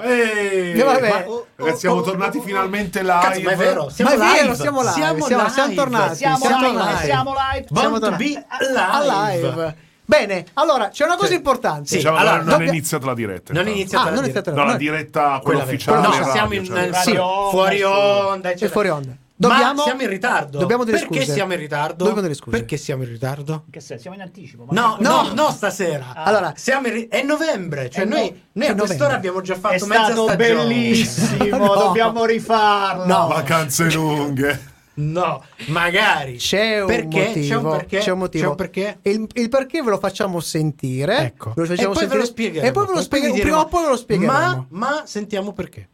Ehi, Eh, vabbè. ma- Oh, ragazzi, oh, siamo oh, tornati oh, oh. finalmente live. Cazzo, ma è vero, siamo Ma è live. vero, siamo live, Siamo, siamo- siamo live. tornati, Siamo, siamo live, tornati. siamo live. Siamo Siamo tornati tornati. alive. Alive. Bene, allora c'è una cosa Sì. importante. Sì, Diciamo, allora, non dobbia- è iniziata la diretta. Non è intanto. iniziata Ah, la non è diretta. iniziata No, la Noi- diretta, quella Quella vera. ufficiale. No, radio, siamo in cioè. in Sì. radio, Fuori fuori onda, eccetera. E fuori onda. Ma siamo in ritardo. Dobbiamo delle Perché scuse. siamo in ritardo? Dobbiamo delle scuse. Perché siamo in ritardo? Che se- siamo in anticipo. ma- No, No. no, no, stasera. Ah. Allora, Siamo in ri- è novembre, cioè È no- noi, noi è a novembre. quest'ora abbiamo già fatto è mezza stato stagione. bellissimo, No. dobbiamo rifarlo. No. Vacanze lunghe. No, magari. C'è un Perché? motivo. C'è un perché? C'è un motivo. C'è un perché? Il, il perché ve lo facciamo sentire. Ecco. Ve Eh, lo facciamo e poi ve sentire- lo spiegheremo. E poi ve lo vi spiegheremo. diremo- Prima o poi ve lo spiegheremo. Ma, ma sentiamo perché.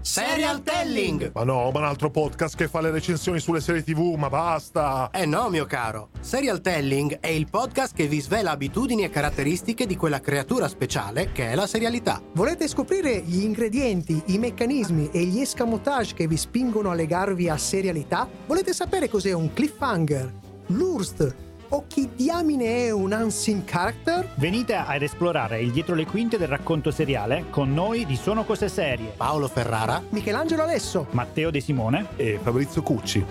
Serial telling. Ma no, ma un altro podcast che fa le recensioni sulle serie TV, ma basta! Eh no, mio caro. Serial Telling è il podcast che vi svela abitudini e caratteristiche di quella creatura speciale che è la serialità. Volete scoprire gli ingredienti, i meccanismi e gli escamotage che vi spingono a legarvi a serialità? Volete sapere cos'è un cliffhanger, l'urst o chi diamine è un unseen character? Venite ad esplorare il dietro le quinte del racconto seriale con noi di Sono Cose Serie, Paolo Ferrara. Michelangelo Alesso, Matteo De Simone. E Fabrizio Cucci,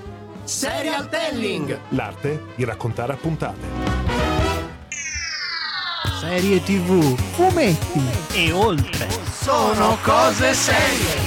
Serial Telling. l'arte di raccontare a puntate. Serie TV. fumetti, E oltre. Sono cose serie.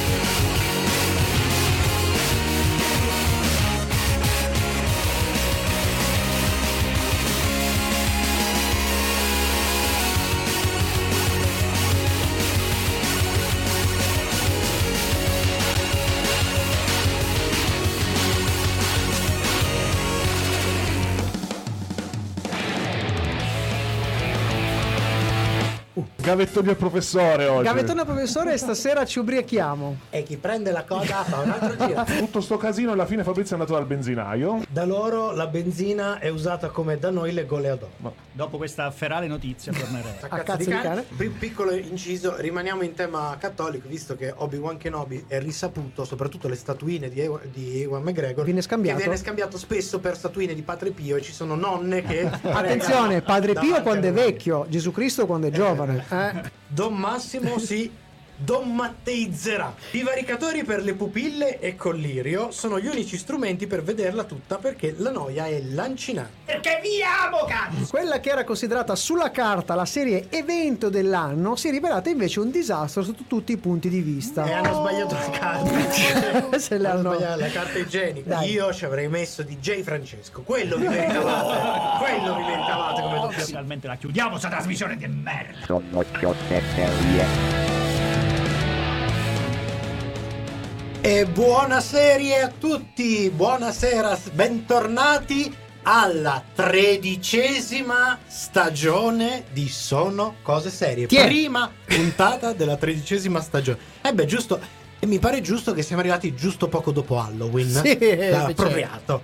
Gavettoni al professore oggi. Gavettone professore, stasera ci ubriachiamo. E chi prende la coda fa un altro giro. Tutto sto casino alla fine Fabrizio è andato dal benzinaio. Da loro la benzina è usata come da noi le goleador. Dopo questa ferale notizia tornerei. A cazzo di cane. Più piccolo inciso, rimaniamo in tema cattolico, visto che Obi-Wan Kenobi è risaputo, soprattutto le statuine di, Ewa- di Ewan McGregor, Viene scambiato. che viene scambiato spesso per statuine di Padre Pio e ci sono nonne che... Attenzione, pregano Padre Pio davanti quando è a lui. vecchio, Gesù Cristo quando è giovane. eh? Don Massimo si dommatteizzerà. I varicatori per le pupille e collirio sono gli unici strumenti per vederla tutta perché la noia è lancinante. Perché vi amo, cazzo! Quella che era considerata sulla carta la serie evento dell'anno si è rivelata invece un disastro sotto tutti i punti di vista. E hanno sbagliato la carta. Se le Hanno hanno- sbagliato la carta igienica. Dai. Io ci avrei messo DJ Francesco. Quello vi meritavate. quello vi meritavate Oh, come doppiaggio. Finalmente la chiudiamo sta trasmissione di merda. Sono cose serie. E buona serie a tutti. Buonasera, bentornati alla tredicesima stagione di Sono Cose Serie. Tiè. Prima puntata della tredicesima stagione. Eh beh, giusto. E mi pare giusto che siamo arrivati giusto poco dopo Halloween. Sì, certo. L'ha beh, appropriato.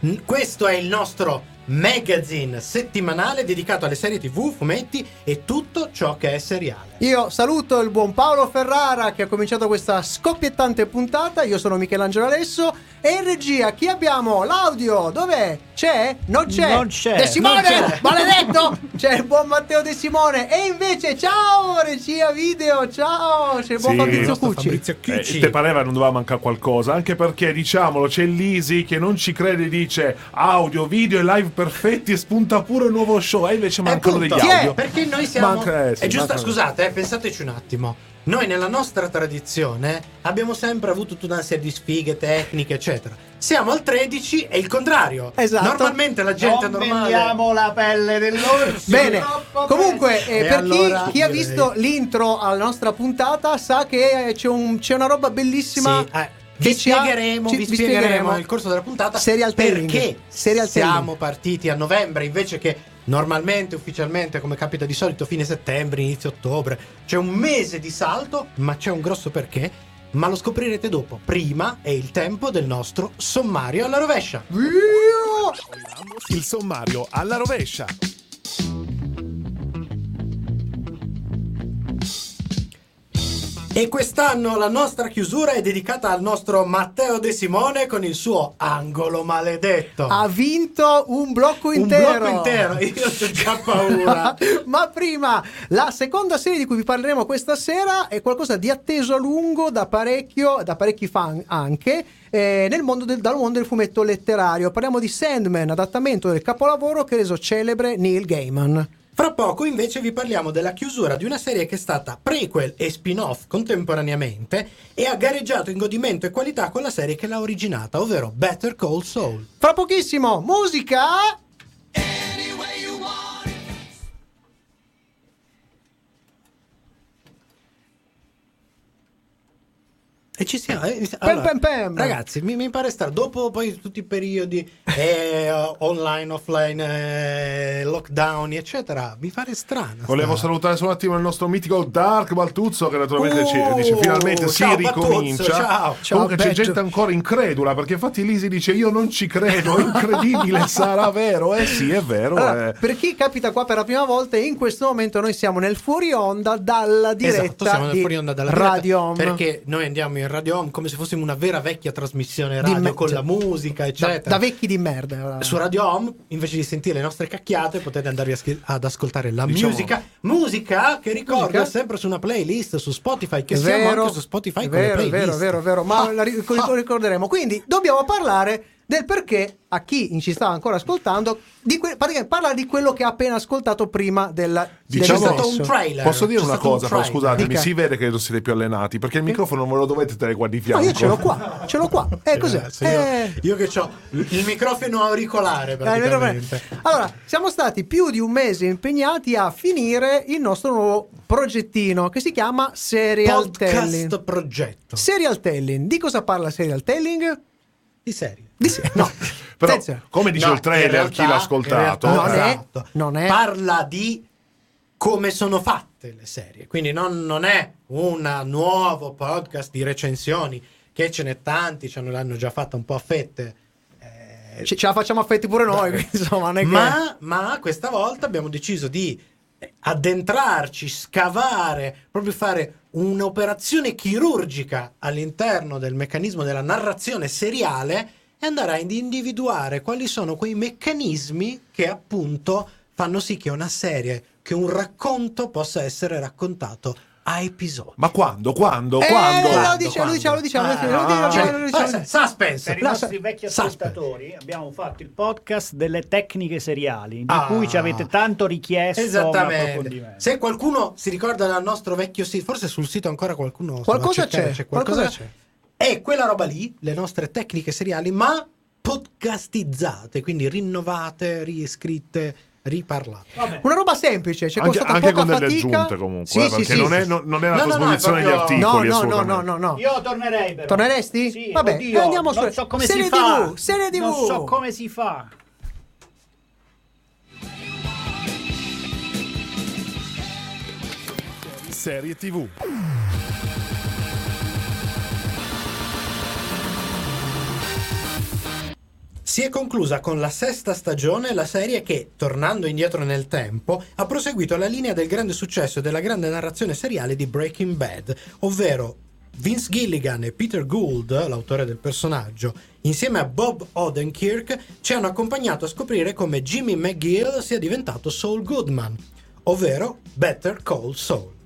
N- Questo è il nostro magazine settimanale dedicato alle serie TV, fumetti e tutto ciò che è seriale. Io saluto il buon Paolo Ferrara che ha cominciato questa scoppiettante puntata. Io sono Michelangelo Alesso e in regia chi abbiamo? L'audio, dov'è? C'è? Non c'è. Non c'è, De Simone, non c'è. maledetto! C'è il buon Matteo De Simone e invece ciao regia video, ciao! C'è il buon Sì, il Fabrizio nostro Cucci. Cioè, Eh, il te pareva non doveva mancare qualcosa, anche perché diciamolo, c'è l'Isi che non ci crede, dice audio, video e live perfetti e spunta pure un nuovo show, e invece mancano Eh, degli appunto. Chi è? audio. Perché noi siamo. Manca- eh, sì, è giusto, manca- scusate, eh, pensateci un attimo. Noi nella nostra tradizione abbiamo sempre avuto tutta una serie di sfighe tecniche, eccetera. Siamo al 13 e il contrario. Esatto. Normalmente la gente non normale. vendiamo la pelle dell'orso. Bene, troppo comunque eh, E per allora chi, chi ha direi- visto l'intro alla nostra puntata sa che eh, c'è, un- c'è una roba Sì, bellissima. eh, che vi, ci ha- spiegheremo, ci- vi spiegheremo nel corso della puntata Serial telling. perché Serial siamo telling. partiti a novembre invece che normalmente, ufficialmente, come capita di solito, fine settembre, inizio ottobre. C'è un mese di salto, ma c'è un grosso perché. Ma lo scoprirete dopo. Prima è il tempo del nostro sommario alla rovescia. Il sommario alla rovescia. E E quest'anno la nostra chiusura è dedicata al nostro Matteo De Simone con il suo angolo maledetto. Ha vinto un blocco Un Ah, intero. blocco intero, io ho già paura. Ma prima, la seconda serie di cui vi parleremo questa sera è qualcosa di atteso a lungo da, parecchio, da parecchi fan anche eh, nel mondo del, dal mondo del fumetto letterario. Parliamo di Sandman, adattamento del capolavoro che ha reso celebre Neil Gaiman. Fra poco invece vi parliamo della chiusura di una serie che è stata prequel e spin-off contemporaneamente e ha gareggiato in godimento e qualità con la serie che l'ha originata, ovvero Better Call Saul. Fra pochissimo, musica! E ci siamo. eh, pam, pam. Ragazzi, mi, mi pare strano. Dopo poi tutti i periodi eh, online, offline, eh, lockdown, eccetera, mi pare strano. Ah. Volevo sta- salutare solo un attimo il nostro mitico Dark Baltuzzo che naturalmente ci Oh, dice finalmente si ciao, ricomincia. Baltuzzo, ciao, ciao, Comunque c'è Beggio. gente ancora incredula perché infatti Lisi dice io non ci credo, è incredibile, sarà vero. Eh sì, è vero. Ah. Allora, eh. per chi capita qua per la prima volta, in questo momento noi siamo nel fuori onda dalla diretta Esatto, siamo nel di fuori onda dalla diretta, Radio Home. Perché noi andiamo in Radio Home come se fossimo una vera vecchia trasmissione radio me- cioè, con la musica, Da- eccetera. Da, vecchi di merda. eh, Su Radio Home, invece di sentire le nostre cacchiate, potete andare a schi- ad ascoltare la Diciamo- musica. Musica che ricordo Musica? è sempre su una playlist su Spotify, che È siamo vero, anche su Spotify è con le vero, è playlist. vero, è vero, è vero, ma Ah, la ri- ah. lo ricorderemo. Quindi dobbiamo parlare del perché a chi ci stava ancora ascoltando, di que- praticamente parla di quello che ha appena ascoltato prima della Diciamo- del C'è stato un discorso. trailer. Posso dire C'è una stato un cosa, però trailer. scusatemi, Dica. si vede che non siete più allenati perché il microfono non ve lo dovete tenere qua di No, fianco. Ah, io ce l'ho qua, ce l'ho qua. Eh, cos'è? Ragazzi, io- Eh. Io, che ho il microfono auricolare Eh, vero, vero. praticamente. Allora, siamo stati più di un mese impegnati a finire il nostro nuovo progettino che si chiama Serial Telling. Podcast progetto Serial Telling, di cosa parla Serial Telling? di serie. Di se- no, Però, senza- come dice No, il trailer, in realtà- chi l'ha in ascoltato, realtà- non eh, è- esatto. non è- Parla di come sono fatte le serie. Quindi non, non è un nuovo podcast di recensioni, che ce n'è tanti, ce ne l'hanno già fatta un po' a fette. eh, ce, ce la facciamo affetti pure noi, quindi, insomma, non è che... ma, ma questa volta abbiamo deciso di eh, addentrarci, scavare, proprio fare un'operazione chirurgica all'interno del meccanismo della narrazione seriale e andare ad individuare quali sono quei meccanismi che appunto fanno sì che una serie, che un racconto possa essere raccontato a episodi. ma quando, quando, Eh, quando? lo Quando, dice- lo diciamo, lo diciamo, lo quando? diciamo, lo diciamo, Ah, lo cioè, diciamo. Suspense. Per i La- nostri vecchi Suspense. ascoltatori abbiamo fatto il podcast delle tecniche seriali, di Ah. cui ci avete tanto richiesto un Esattamente. approfondimento. Se qualcuno si ricorda del nostro vecchio sito, forse sul sito ancora qualcuno se Qualcosa va a cercare, c'è, c'è qualcosa qualcosa- c'è. È quella roba lì, le nostre tecniche seriali, ma podcastizzate, quindi rinnovate, riscritte, riparlate. Vabbè, Una roba semplice, c'è Anche, costata anche poca con delle fatica. aggiunte comunque, Sì, eh, sì, perché sì, non, sì, È, sì. non, non è la No, no, no, è trasposizione proprio- degli No, articoli no, no, assolutamente. no, no, no. Io tornerei però. Torneresti? Sì, Vabbè, oddio, eh, andiamo non su- so come serie si fa. TV, serie TV. Non so come si fa. Serie TV. Si è conclusa con la sesta stagione la serie che, tornando indietro nel tempo, ha proseguito la linea del grande successo e della grande narrazione seriale di Breaking Bad, ovvero Vince Gilligan e Peter Gould, l'autore del personaggio, insieme a Bob Odenkirk, ci hanno accompagnato a scoprire come Jimmy McGill sia diventato Saul Goodman, ovvero Better Call Saul.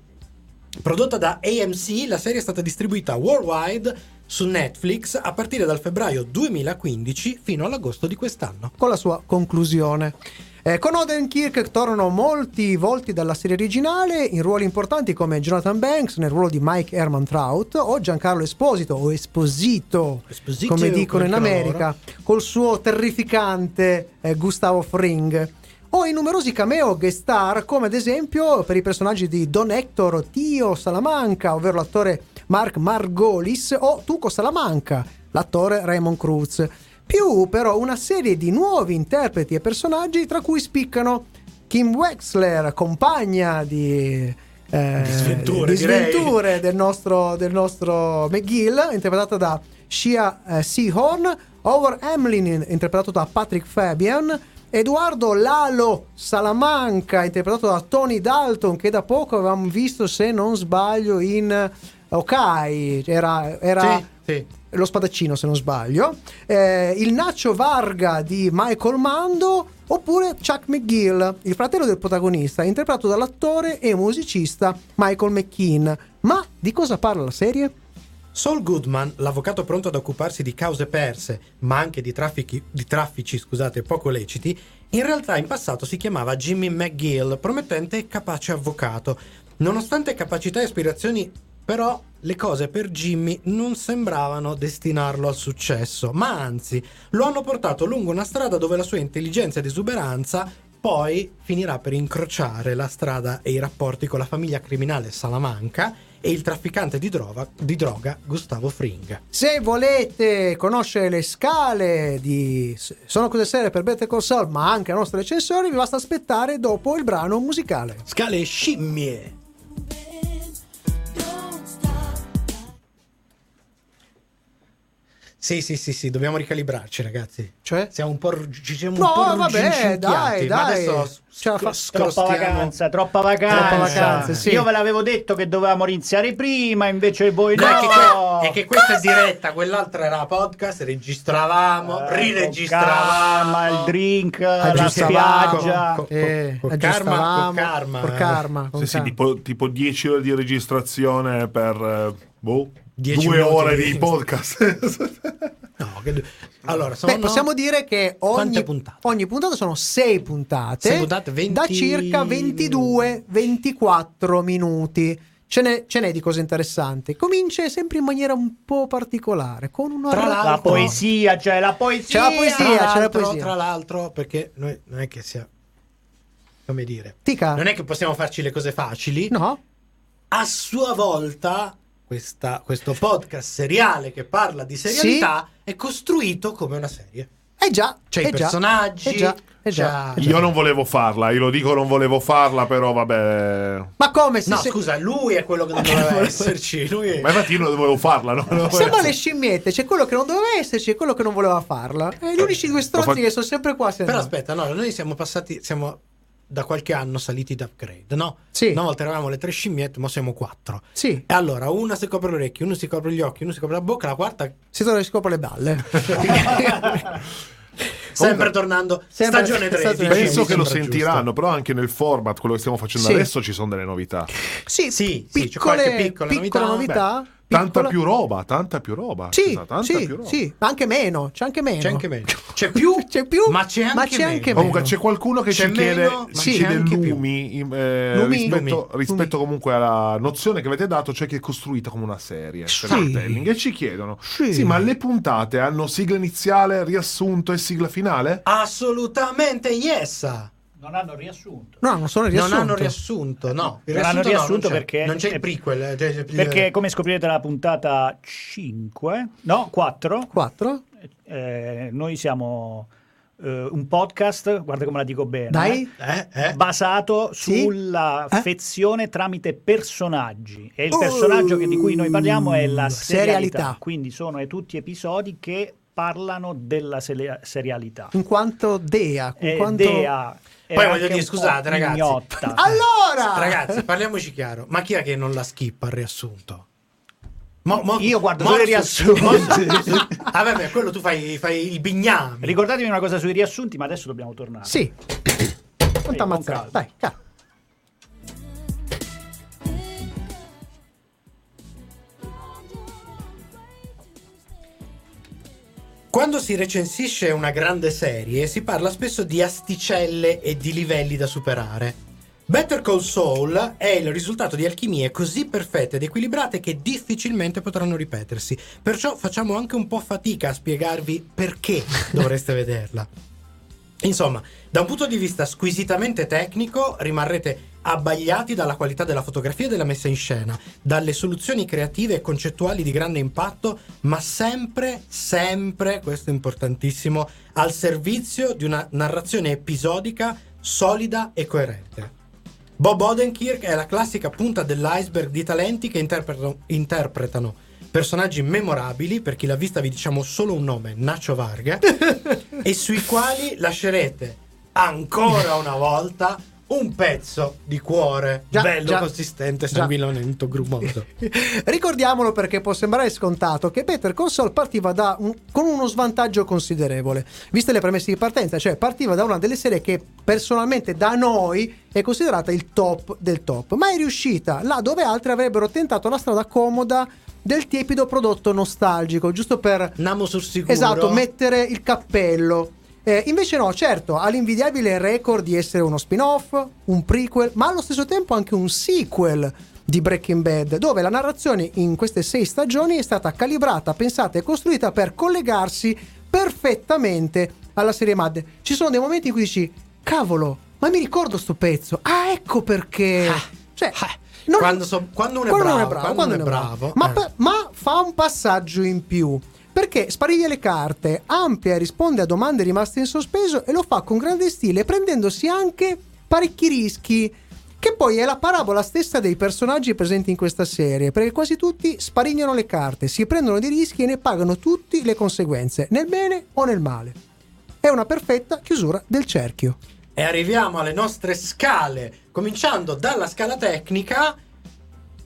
Prodotta da AMC, la serie è stata distribuita worldwide su Netflix a partire dal febbraio 2015 fino all'agosto di quest'anno. con la sua conclusione. Eh, con Odenkirk tornano molti volti dalla serie originale in ruoli importanti come Jonathan Banks nel ruolo di Mike Herman Trout o Giancarlo Esposito o Esposito, Esposito, come dicono in come dicono America col suo terrificante eh, Gustavo Fring o in numerosi cameo guest star come ad esempio per i personaggi di Don Hector Tio Salamanca ovvero l'attore Mark Margolis o Tuco Salamanca l'attore Raymond Cruz più però una serie di nuovi interpreti e personaggi tra cui spiccano Kim Wexler, compagna di, eh, Di sventure, di direi. sventure del, nostro, del nostro McGill, interpretata da Shia eh, Seahorn, Howard Hamlin, in- interpretato da Patrick Fabian, Edoardo Lalo Salamanca, interpretato da Tony Dalton, che da poco avevamo visto, se non sbaglio, in eh, Okai, era, era Sì, sì. lo spadaccino se non sbaglio, eh, il Nacho Varga di Michael Mando, oppure Chuck McGill, il fratello del protagonista, interpretato dall'attore e musicista Michael McKean. Ma di cosa parla la serie? Saul Goodman, l'avvocato pronto ad occuparsi di cause perse, ma anche di traffici, di traffici, scusate, poco leciti, in realtà in passato si chiamava Jimmy McGill, promettente e capace avvocato. Nonostante capacità e aspirazioni, però, le cose per Jimmy non sembravano destinarlo al successo, ma anzi lo hanno portato lungo una strada dove la sua intelligenza ed esuberanza poi finirà per incrociare la strada e i rapporti con la famiglia criminale Salamanca e il trafficante di, droga- di droga Gustavo Fring. Se volete conoscere le scale di Sono cose serie per Better Call Saul, ma anche la nostra recensione, vi basta aspettare dopo il brano musicale. Scale e scimmie! Sì, sì, sì, sì, dobbiamo ricalibrarci, ragazzi. Cioè? Siamo un po'. ru- Ci siamo No, un po' vabbè, ruggingicchiati, dai, ma dai. Adesso Ce la fa- sc- Troppa scostiamo- vacanza, troppa vacanza. Troppa vacanza, sì. Io ve l'avevo detto che dovevamo iniziare prima, invece voi No, no. è che que- è che questa è diretta, quell'altra era podcast, registravamo, Eh, riregistravamo. con calma, il drink, Ah, la Aggiustavamo. spiaggia. Co- co- Eh, co- aggiustavamo, karma, co- karma. eh. col karma, con Sì, sì, calma. tipo, tipo 10 ore di registrazione per eh, boh, 10 due minuti ore di- di podcast. No, che- Allora, sono Beh, possiamo dire che ogni Quante puntate? ogni puntata sono 6 puntate, Sei puntate, 20 da circa 22-24 minuti. Ce n'è, ce n'è di cose interessanti. Comincia sempre in maniera un po' particolare, con una Tra l'altro- La poesia, cioè la poesia. C'è la poesia. Tra c'è la l'altro- poesia. Tra l'altro, perché noi non è che sia come dire, Tica. non è che possiamo farci le cose facili. No? A sua volta questa- questo podcast seriale che parla di serialità è costruito come una serie. Eh già, C'è eh i già, personaggi, eh già, eh già. c'ha- Io non volevo farla, io lo dico non volevo farla, però vabbè. Ma come se, No, se- scusa, lui è quello che doveva esserci. Lui è... Ma infatti io non dovevo farla, no? eh. Non dovevo- sembra le scimmiette, c'è quello che non doveva esserci e quello che non voleva farla. E gli unici due stronzi Lo fa- che sono sempre qua. se Però no. aspetta, no, noi siamo passati, siamo da qualche anno saliti d'upgrade, no? Sì. Una volta eravamo le tre scimmiette, ma siamo quattro. Sì, E allora una si copre le orecchie, uno si copre gli occhi, uno si copre la bocca, la quarta si torna di scopo le balle. sempre tornando Sempre- stagione 13. stagione Penso mi che lo sembra sentiranno, giusto. però anche nel format, quello che stiamo facendo Sì. adesso, ci sono delle novità. Sì, Sì, sì, c'è piccole, qualche piccola piccola novità. novità. Tanta piccola- più roba, tanta più roba. Sì, esatto, scusa, tanta sì, più roba. sì, ma anche meno, c'è anche meno. C'è anche meno. C'è più, C'è più, ma c'è anche ma c'è meno. anche meno. Comunque c'è qualcuno che C'è ci chiede, meno, ma ci c'è chiede anche più. lumi, in- eh, Lumi. rispetto, Lumi. rispetto comunque alla nozione che avete dato, cioè che è costruita come una serie Sì. storytelling, e ci chiedono: Sì. sì, ma le puntate hanno sigla iniziale, riassunto e sigla finale? Assolutamente yes. Non hanno riassunto. No, non sono riassunto. Non hanno riassunto, no. Il Non hanno no, riassunto c'è. perché- non c'è il prequel. eh, c'è- c'è- Perché come scoprirete la puntata 5, no 4, 4? eh, noi siamo eh, un podcast, guarda come la dico bene, Dai. eh, eh. basato Sì? Eh. sull'affezione tramite personaggi e il Oh, personaggio che- di cui noi parliamo è la serialità, serialità. quindi sono eh, tutti episodi che parlano della sele- serialità In quanto dea, in Ed quanto- è Poi voglio anche dire, un po' scusate, ragazzi. mignotta. Allora! Ragazzi, parliamoci chiaro. Ma chi è che non la skippa il riassunto? Mo- mo- Io guardo mo- solo i su- riassunti. mo- su- ah, vabbè, quello tu fai, fai il bignami. ricordatevi una cosa sui riassunti ma adesso dobbiamo tornare Sì. Non Sì, ti ammazzare. con calma. Dai, calma. Quando si recensisce una grande serie, si parla spesso di asticelle e di livelli da superare. Better Call Saul è il risultato di alchimie così perfette ed equilibrate che difficilmente potranno ripetersi. Perciò facciamo anche un po' fatica a spiegarvi perché dovreste vederla. Insomma, da un punto di vista squisitamente tecnico, rimarrete abbagliati dalla qualità della fotografia e della messa in scena, dalle soluzioni creative e concettuali di grande impatto, ma sempre, sempre, questo è importantissimo, al servizio di una narrazione episodica solida e coerente. Bob Odenkirk è la classica punta dell'iceberg di talenti che interpretano, interpretano personaggi memorabili, per chi l'ha vista vi diciamo solo un nome, Nacho Varga, e sui quali lascerete ancora una volta un pezzo di cuore Già, bello, già. consistente, Già. sanguinolento, grumoso. Ricordiamolo perché può sembrare scontato che Better Console partiva da un- con uno svantaggio considerevole, viste le premesse di partenza, cioè partiva da una delle serie che personalmente da noi è considerata il top del top, ma è riuscita là dove altre avrebbero tentato la strada comoda del tiepido prodotto nostalgico, giusto per Namo sul sicuro. Esatto, mettere il cappello. Eh, invece no, certo, ha l'invidiabile record di essere uno spin-off, un prequel, ma allo stesso tempo anche un sequel di Breaking Bad, dove la narrazione in queste sei stagioni è stata calibrata, pensata e costruita per collegarsi perfettamente alla serie Mad. Ci sono dei momenti in cui dici, cavolo, ma mi ricordo sto pezzo, ah ecco perché... Ah, Cioè, ah, non- quando so- quando uno è bravo, quando uno è bravo. Ma Eh. per- ma fa un passaggio in più. Perché spariglia le carte, ampia e risponde a domande rimaste in sospeso e lo fa con grande stile, prendendosi anche parecchi rischi. Che poi è la parabola stessa dei personaggi presenti in questa serie, perché quasi tutti sparigliano le carte, si prendono dei rischi e ne pagano tutti le conseguenze, nel bene o nel male. È una perfetta chiusura del cerchio. E arriviamo alle nostre scale, cominciando dalla scala tecnica.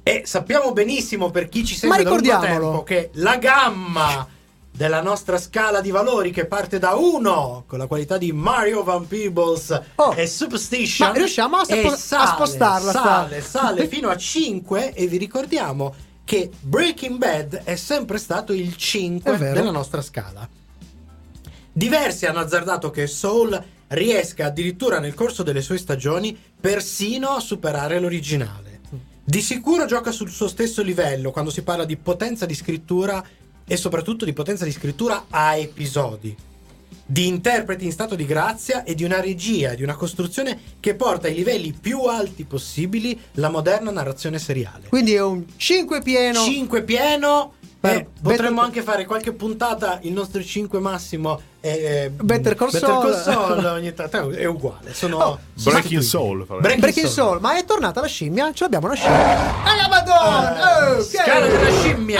E sappiamo benissimo per chi ci segue Ma da lungo ricordiamolo. tempo che la gamma della nostra scala di valori che parte da 1 con la qualità di Mario Van Peebles Oh. e Superstition Ma riusciamo a e spo- a sale, spostarla, sta- sale, sale fino a 5 e vi ricordiamo che Breaking Bad è sempre stato il 5 È vero. della nostra scala. Diversi hanno azzardato che Soul riesca addirittura nel corso delle sue stagioni persino a superare l'originale. Di sicuro gioca sul suo stesso livello quando si parla di potenza di scrittura e soprattutto di potenza di scrittura a episodi. Di interpreti in stato di grazia e di una regia, di una costruzione che porta ai livelli più alti possibili la moderna narrazione seriale. Quindi è un 5 pieno. 5 pieno. Per- eh, potremmo Better- anche fare qualche puntata. Il nostro 5 massimo è eh, Better Call Saul. Console ogni tanto è uguale. Sono Oh. sono Breaking sostituibili. Soul, fra l'altro. Breaking Soul, ma è tornata la scimmia? Ce l'abbiamo la scimmia. Alla Ah, Madonna! Oh, scala che- della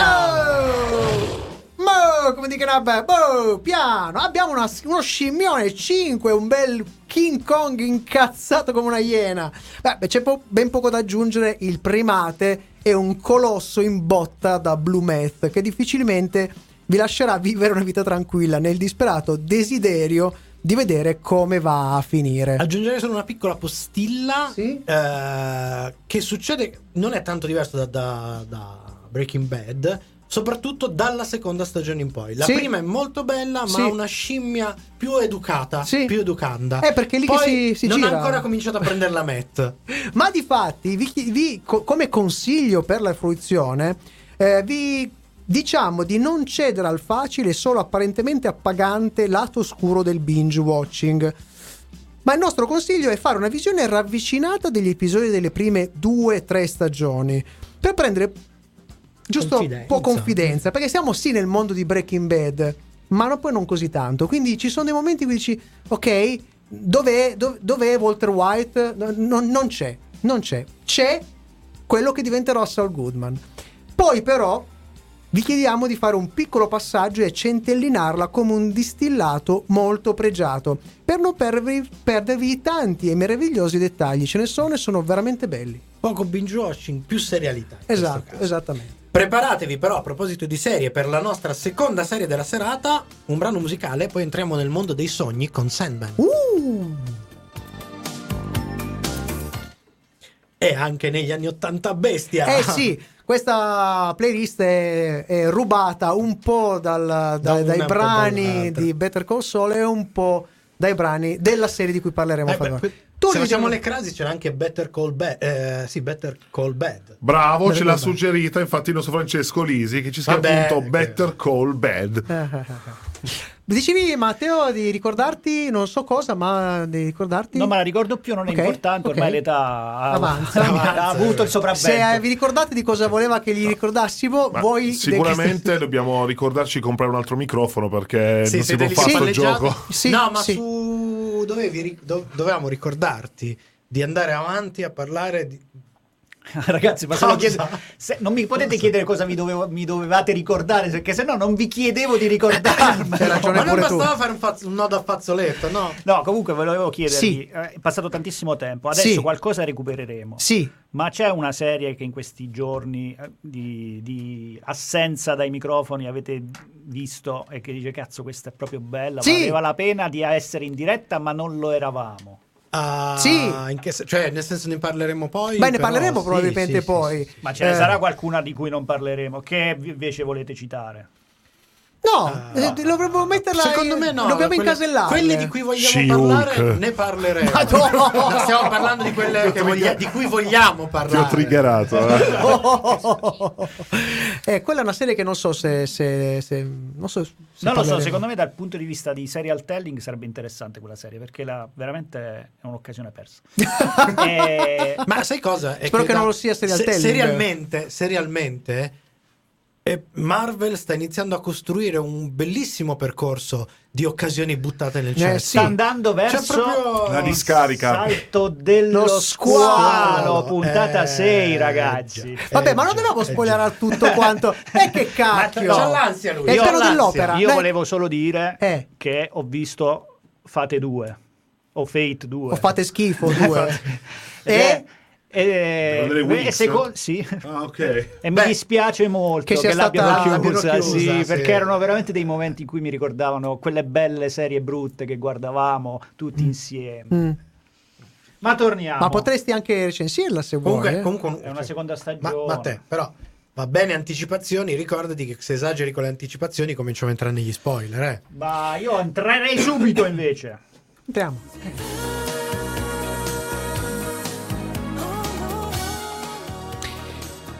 scimmia. Oh! Mo, come dicono a me, boh, piano. Abbiamo una- uno scimmione 5, un bel King Kong incazzato come una iena. Beh, beh, c'è po- ben poco da aggiungere. Il primate è un colosso in botta da Blue Meth che difficilmente vi lascerà vivere una vita tranquilla nel disperato desiderio di vedere come va a finire. Aggiungerei solo una piccola postilla Sì? eh, che succede, non è tanto diverso da, da- da Breaking Bad, soprattutto dalla seconda stagione in poi. La Sì. prima è molto bella, ma Sì. ha una scimmia più educata, Sì. più educanda. Eh, perché è lì che poi si- si non gira. ha ancora cominciato a prendere la Met. Ma di fatti, come consiglio per la fruizione, eh, vi diciamo di non cedere al facile e solo apparentemente appagante lato oscuro del binge watching. Ma il nostro consiglio è fare una visione ravvicinata degli episodi delle prime due, tre stagioni per prendere giusto un po' Confidenza. confidenza, perché siamo sì nel mondo di Breaking Bad, ma no- poi non così tanto. Quindi ci sono dei momenti in cui dici, ok, dov'è, dov- dov'è Walter White? No- non- non c'è, non c'è. C'è quello che diventerà Saul Goodman. Poi però vi chiediamo di fare un piccolo passaggio e centellinarla come un distillato molto pregiato, per non pervi- perdervi i tanti e meravigliosi dettagli, ce ne sono e sono veramente belli. Poco binge watching, più serialità. in questo Esatto, caso. esattamente. Preparatevi però a proposito di serie per la nostra seconda serie della serata, un brano musicale, poi entriamo nel mondo dei sogni con Sandman. Uh! E anche negli anni 80 bestia. Eh sì, questa playlist è, è rubata un po' dal- da- Da un- dai un po' brani dall'altro. di Better Call Saul e un po' dai brani della serie di cui parleremo. Eh, fra beh, poco. que- Tu diciamo se Luigi, facciamo le crasi c'era anche Better Call Bad. eh, sì, Better Call Bad. Eh, Bravo, ce l'ha Better Call Bad. suggerita infatti il nostro Francesco Lisi che ci scrive Vabbè, appunto che- Better Call Bad. Dicevi Matteo di ricordarti non so cosa, ma di ricordarti... No, ma la ricordo più, non è Ok, importante, ormai ok. l'età ha, Avanza, ha avanza. avuto il Se eh, sopravvento. vi ricordate di cosa voleva che gli ricordassimo, Ma voi... sicuramente dobbiamo ricordarci di comprare un altro microfono perché non si può siete lì fare sto spalleggiati. gioco. Sì, no, ma sì. su dovevi ri- do- dovevamo ricordarti di andare avanti a parlare di Ragazzi, ma se lo Cosa? chiedo- se- non mi potete chiedere cosa mi, dovevo- mi dovevate ricordare, perché se no non vi chiedevo di ricordarmi. C'era ragione ma non pure tu. bastava fare un, fazz- un nodo a fazzoletto, no? No, comunque volevo chiedervi, Sì. eh, è passato tantissimo tempo, adesso Sì. qualcosa recupereremo. Sì, Ma c'è una serie che in questi giorni eh, di, di assenza dai microfoni avete visto e che dice cazzo questa è proprio bella, Sì. valeva la pena di essere in diretta ma non lo eravamo. Ah, Sì. in che se- cioè, nel senso ne parleremo poi. beh, ne però parleremo sì, probabilmente sì, sì, poi. sì. Ma ce ne Eh, sarà qualcuna di cui non parleremo, che vi- invece volete citare? No, eh, dovremmo metterla. Ah, Secondo eh, me no. Dobbiamo quelle- incasellarla. Quelle di cui vogliamo She-Hulk. parlare ne parleremo. Ma no! No, stiamo parlando di quelle che voglia- di cui vogliamo Ti ho parlare. triggerato. eh. Eh, quella è una serie che non so se. se- se- non so se non lo so, parleremo. secondo me dal punto di vista di serial telling sarebbe interessante quella serie, perché la- veramente è un'occasione persa. Eh, E- Ma sai cosa? È Spero che da- non lo sia serial telling. Serialmente, serialmente, eh, Marvel sta iniziando a costruire un bellissimo percorso di occasioni buttate nel cielo. Eh, sì. Sta andando verso proprio- La discarica. il salto dello Lo squalo, squalo, puntata eh, 6, ragazzi. già. Vabbè, Eh, ma non già, dobbiamo eh, spoilerare già. tutto quanto. Eh, che cacchio! Ma c'ha l'ansia lui, È il io ho piano l'ansia. dell'opera. Io Beh, volevo solo dire Eh. che ho visto Fate 2 o Fate 2. O fate schifo due. e Eh? e, Delle Wings? e eh, seco- sì. Ah, ok. E Beh, mi dispiace molto che che, sia l'abbiano stata- chiusa, l'abbiano sì, chiusa, sì. perché erano veramente dei momenti in cui mi ricordavano quelle belle serie brutte che guardavamo tutti insieme. Mm. Ma torniamo. Ma potresti anche recensirla se vuoi. Comunque, eh. comunque- È una seconda stagione. Ma, ma te, però, va bene anticipazioni, ricordati che se esageri con le anticipazioni cominciamo a entrare negli spoiler, eh. Ma io entrerei subito invece. Entriamo.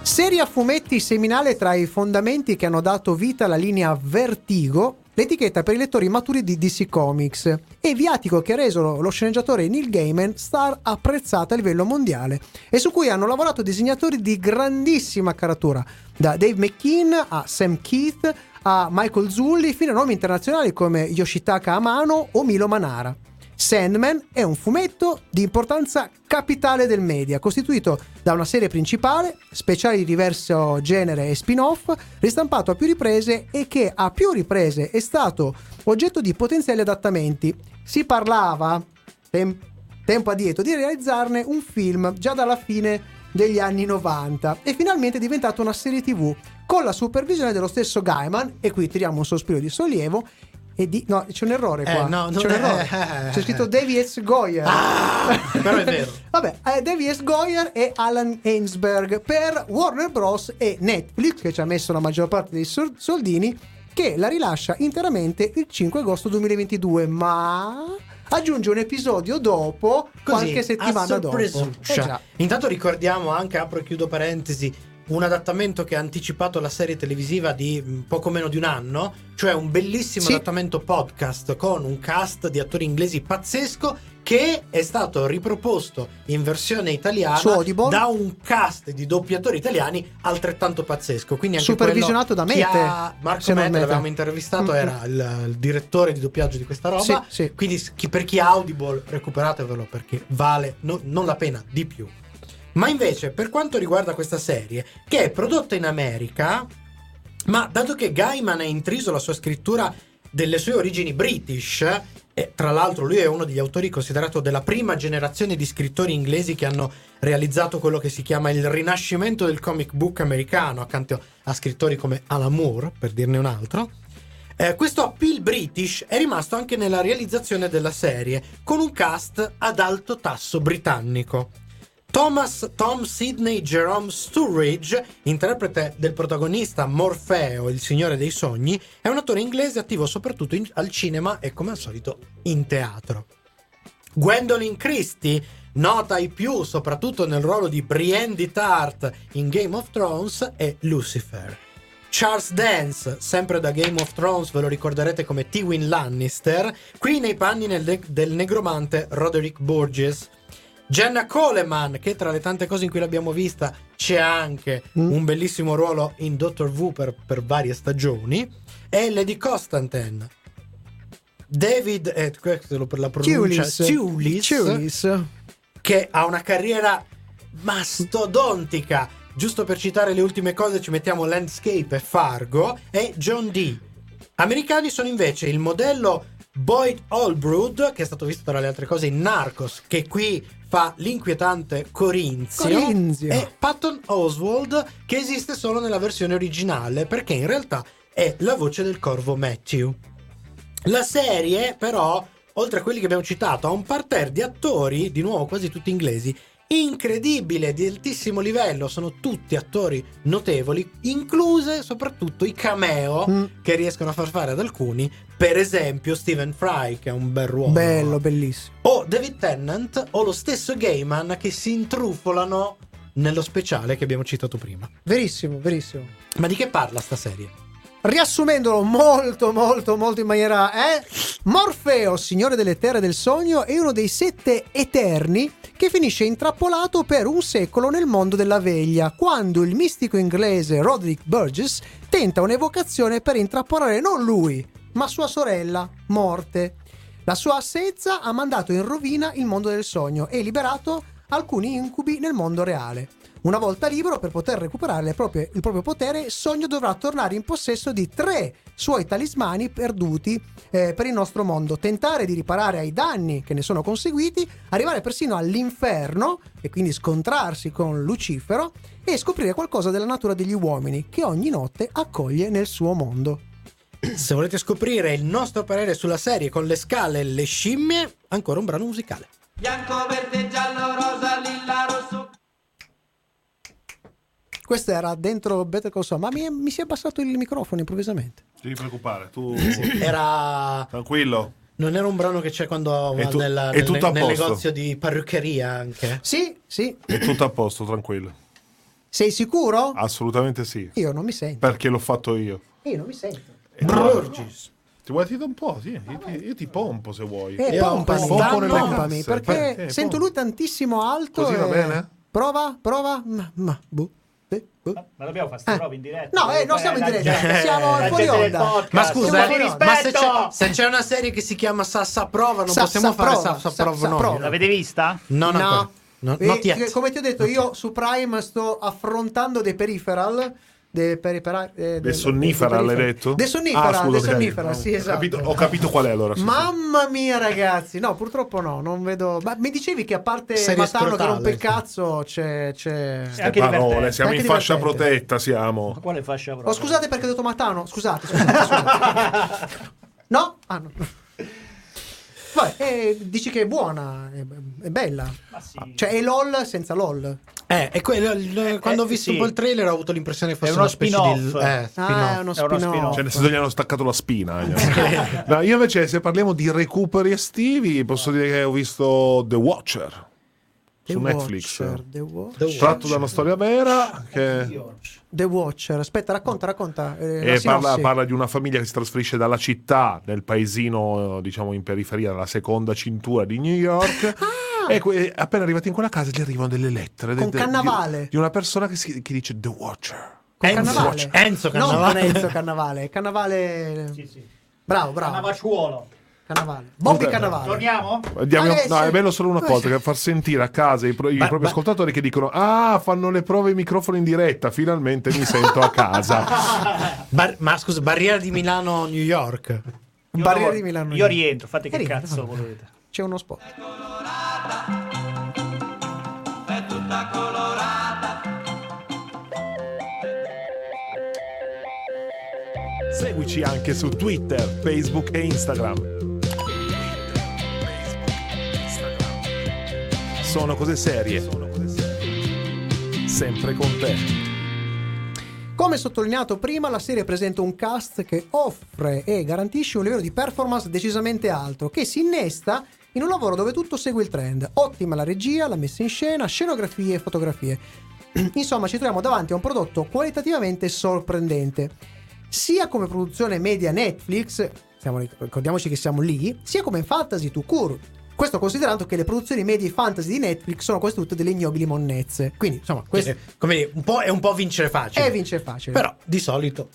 Serie a fumetti seminale tra i fondamenti che hanno dato vita alla linea Vertigo, l'etichetta per i lettori maturi di DC Comics e viatico che ha reso lo- lo sceneggiatore Neil Gaiman star apprezzata a livello mondiale e su cui hanno lavorato disegnatori di grandissima caratura, da Dave McKean a Sam Keith a Michael Zulli fino a nomi internazionali come Yoshitaka Amano o Milo Manara. Sandman è un fumetto di importanza capitale del media, costituito da una serie principale, speciali di diverso genere e spin-off, ristampato a più riprese e che a più riprese è stato oggetto di potenziali adattamenti. Si parlava, tem- tempo addietro, di realizzarne un film già dalla fine degli anni 90 e finalmente è diventata una serie tv con la supervisione dello stesso Gaiman e qui tiriamo un sospiro di sollievo e di... no c'è un errore Eh, qua no, non c'è un è- Ah, errore c'è scritto Davy S. Goyer Però è vero. Vabbè, eh, Davy S. Goyer e Alan Ainsberg per Warner Bros. e Netflix, che ci ha messo la maggior parte dei sol- soldini, che la rilascia interamente il 5 agosto 2022, ma aggiunge un episodio dopo, Così, qualche a settimana dopo. sorpresuccia. Eh già. Cioè, Intanto ricordiamo anche, apro e chiudo parentesi, un adattamento che ha anticipato la serie televisiva di mh, poco meno di un anno, cioè un bellissimo Sì. adattamento podcast con un cast di attori inglesi pazzesco che è stato riproposto in versione italiana Su Audible. da un cast di doppiatori italiani altrettanto pazzesco. Quindi anche Supervisionato quello da chi Mete, ha- Marco se non Mete Mete. l'avevamo intervistato, Mm. era il, il direttore di doppiaggio di questa roba. Sì, sì. Quindi s- chi- per chi ha Audible recuperatevelo perché vale no- non la pena di più. Ma invece per quanto riguarda questa serie, che è prodotta in America, ma dato che Gaiman ha intriso la sua scrittura delle sue origini british, e tra l'altro lui è uno degli autori considerato della prima generazione di scrittori inglesi che hanno realizzato quello che si chiama il rinascimento del comic book americano, accanto a scrittori come Alan Moore, per dirne un altro. Eh, questo appeal british è rimasto anche nella realizzazione della serie, con un cast ad alto tasso britannico. Thomas Tom Sidney Jerome Sturridge, interprete del protagonista Morfeo, il signore dei sogni, è un attore inglese attivo soprattutto in- al cinema e come al solito in teatro. Gwendolyn Christie, nota ai più soprattutto nel ruolo di Brienne di Tart in Game of Thrones e Lucifer. Charles Dance, sempre da Game of Thrones, ve lo ricorderete come Tywin Lannister, qui nei panni nel- del negromante Roderick Burgess. Jenna Coleman, che tra le tante cose in cui l'abbiamo vista c'è anche Mm. un bellissimo ruolo in Doctor Who per, per varie stagioni, e Lady Constantine. David, eh, questo lo- per la pronuncia, Tulis. Tulis, Tulis. che ha una carriera mastodontica. Giusto per citare le ultime cose ci mettiamo Landscape e Fargo e John Dee. Americani sono invece il modello Boyd Allbrood, che è stato visto tra le altre cose in Narcos, che qui fa l'inquietante Corinzio, Corinzio. e Patton Oswald, che esiste solo nella versione originale, perché in realtà è la voce del corvo Matthew. La serie, però, oltre a quelli che abbiamo citato, ha un parterre di attori, di nuovo quasi tutti inglesi, incredibile, di altissimo livello, sono tutti attori notevoli, incluse soprattutto i cameo Mm. che riescono a far fare ad alcuni, per esempio Stephen Fry, che è un bel ruolo. Bello, bellissimo. O David Tennant o lo stesso Gaiman che si intrufolano nello speciale che abbiamo citato prima. Verissimo, verissimo. Ma di che parla sta serie? Riassumendolo molto, molto, molto in maniera. Eh? Morfeo, signore delle terre del sogno, è uno dei sette eterni che finisce intrappolato per un secolo nel mondo della veglia, quando il mistico inglese Roderick Burgess tenta un'evocazione per intrappolare non lui, ma sua sorella, Morte. La sua assenza ha mandato in rovina il mondo del sogno e liberato alcuni incubi nel mondo reale. Una volta libero, per poter recuperare le proprie- il proprio potere, Sogno dovrà tornare in possesso di tre suoi talismani perduti eh, per il nostro mondo, tentare di riparare ai danni che ne sono conseguiti, arrivare persino all'inferno e quindi scontrarsi con Lucifero e scoprire qualcosa della natura degli uomini che ogni notte accoglie nel suo mondo. Se volete scoprire il nostro parere sulla serie con le scale e le scimmie, ancora un brano musicale. Bianco, verde, giallo, rosa, lilla, rosso. Questo era dentro Better Call Saul, ma mi, mi si è abbassato il microfono improvvisamente. Ti devi preoccupare, tu Era tranquillo. non era un brano che c'è quando È tu- nella- è nel, tutto a nel posto. negozio di parruccheria anche. Sì, sì. È tutto a posto, tranquillo. Sei sicuro? Ah. Assolutamente sì. Io non mi sento. Perché l'ho fatto io. Io non mi sento. E tu- Burgess. Ti guardi da un po', sì, io, ti, io ti pompo se vuoi. Eh, Io pompami, pompo dai, nelle pompami, casse. perché Eh, sento pompo. lui tantissimo alto. Così va e- bene? Prova, prova. Ma, ma, boh, eh, boh. Ma, ma dobbiamo fare sta Eh. prova in diretta? No, eh, non siamo in diretta, siamo la fuori gente del onda. podcast. Ma Siamo scusa, fuori eh, onda. ma se c'è, se c'è una serie che si chiama Sassa Prova, non Sa- possiamo fare Saprova, Sassa Sa- Prova noi. Saprova. L'avete vista? Non ancora. No, Eh, not yet. come ti ho detto, io su Prime sto affrontando dei peripheral. De, peripera- eh, de- Del sonnifera dei l'hai peripheral. detto? Dei sonnifera, Ah, scusa, dei ok. sonnifera, sì, Ho esatto. capito- Ho capito qual è allora. sì, sì. Mamma mia, ragazzi. No, purtroppo no, non vedo. Ma mi dicevi che a parte Serie Matano che scrotale, rompe il sì. cazzo, c'è. c'è... Sì. anche Eh, Parole, divertente. siamo Anche in fascia divertente. protetta, siamo. Ma quale fascia prova? Oh, scusate perché ho detto Matano. Scusate, scusate, scusate. No? Ah, no. Vai, eh, dici che è buona, è, è bella. Ma sì. Cioè, è LOL senza LOL. Eh, è quello, il- quando ho eh, visto sì. un po' il trailer ho avuto l'impressione che fosse È uno una specie spin-off. di eh, Ah, spin-off. è uno È uno spin-off. spin-off. Cioè, nel senso gli hanno staccato la spina. gli hanno- No, io invece, se parliamo di recuperi estivi, posso dire che ho visto The Watcher The su Netflix. Watcher, The, Wa- The Tratto Watch. da una storia vera che The Watcher. Aspetta, racconta, racconta. eh, la eh, parla, sinossi. parla di una famiglia che si trasferisce dalla città, nel paesino, eh, diciamo in periferia, della seconda cintura di New York. E que- appena arrivati in quella casa gli arrivano delle lettere de- Ah! Con de- Cannavale. di, di una persona che, si- che dice The Watcher. Con Enzo Cannavale. Watch- Enzo No, con Cannavale. Enzo Cannavale. Cannavale. Sì, sì. Bravo, bravo. Cannavacciuolo. Cannavale. Bobby Comunque- Cannavale. Torniamo? Diamo- Adesso- no, è bello solo una adesso- cosa, che far sentire a casa i, pro- i Ma- propri ma- ascoltatori che dicono ah, fanno le prove ai microfoni in diretta, finalmente mi sento a casa. Bar- ma scusa, barriera di Milano New York. Io Barriera devo- di Milano. Io rientro, fate Eh, che rientro, cazzo vabbè. volete. C'è uno spot. È tutta colorata. Seguici anche su Twitter, Facebook e Instagram. Sono cose serie. Sempre con te. Come sottolineato prima, la serie presenta un cast che offre e garantisce un livello di performance decisamente alto, che si innesta in un lavoro dove tutto segue il trend. Ottima la regia, la messa in scena, scenografie e fotografie. Insomma, ci troviamo davanti a un prodotto qualitativamente sorprendente, sia come produzione media Netflix, siamo lì, ricordiamoci che siamo lì, sia come fantasy to cure. Questo considerando che le produzioni medie fantasy di Netflix sono quasi tutte delle ignobili monnezze. Quindi, insomma, questo Eh, come dire, un po', è un po' vincere facile. è vince facile. Però di solito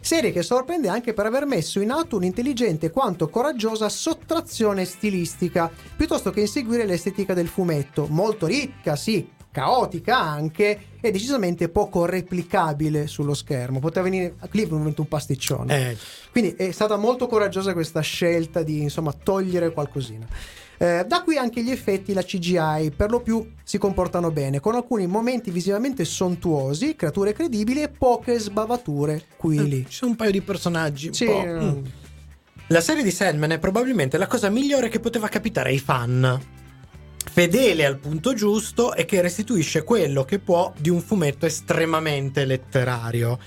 Serie che sorprende anche per aver messo in atto un'intelligente quanto coraggiosa sottrazione stilistica, piuttosto che inseguire l'estetica del fumetto, molto ricca, sì, caotica anche e decisamente poco replicabile sullo schermo. Poteva venire a Cleveland un pasticcione. Eh, Quindi è stata molto coraggiosa questa scelta di insomma togliere qualcosina. Eh, da qui anche gli effetti, la CGI per lo più si comportano bene, con alcuni momenti visivamente sontuosi, creature credibili e poche sbavature qui e lì. ci sono un paio di personaggi. un Sì, po', eh, mm. La serie di Sandman è probabilmente la cosa migliore che poteva capitare ai fan. Fedele al punto giusto e che restituisce quello che può di un fumetto estremamente letterario.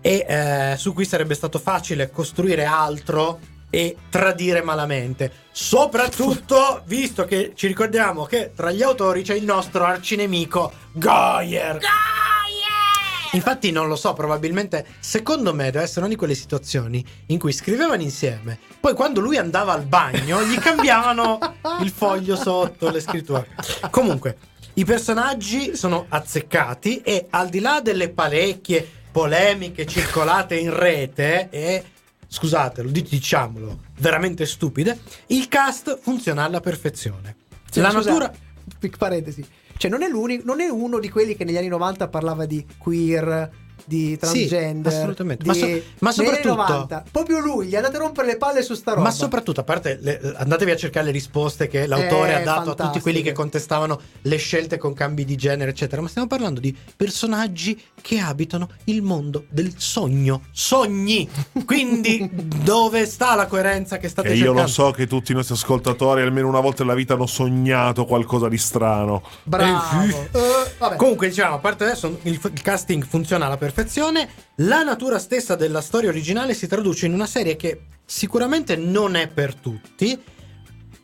E eh, su cui sarebbe stato facile costruire altro e tradire malamente. Soprattutto visto che ci ricordiamo che tra gli autori c'è il nostro arcinemico Goyer. Infatti non lo so, probabilmente, secondo me deve essere una di quelle situazioni in cui scrivevano insieme, poi quando lui andava al bagno gli cambiavano il foglio sotto, le scritture. Comunque, i personaggi sono azzeccati e al di là delle parecchie polemiche circolate in rete e scusatelo, dic- diciamolo, veramente stupide, il cast funziona alla perfezione. Sì, La cioè, scusa, natura pic- Parentesi. Cioè, non è, l'uni- non è uno di quelli che negli anni 90 parlava di queer, di transgender. assolutamente. di- Ma so- ma negli anni soprattutto- 90, proprio lui, gli andate a rompere le palle su sta roba. Ma soprattutto, a parte, le- andatevi a cercare le risposte che l'autore Eh, ha dato a tutti fantastiche. quelli che contestavano le scelte con cambi di genere, eccetera. Ma stiamo parlando di personaggi che abitano il mondo del sogno. Sogni! Quindi, dove sta la coerenza che state E io cercando? lo so che tutti i nostri ascoltatori almeno una volta nella vita hanno sognato qualcosa di strano. Bravo. Eh, Eh, vabbè. Comunque, diciamo, a parte adesso, il, il casting funziona alla perfezione. La natura stessa della storia originale si traduce in una serie che sicuramente non è per tutti,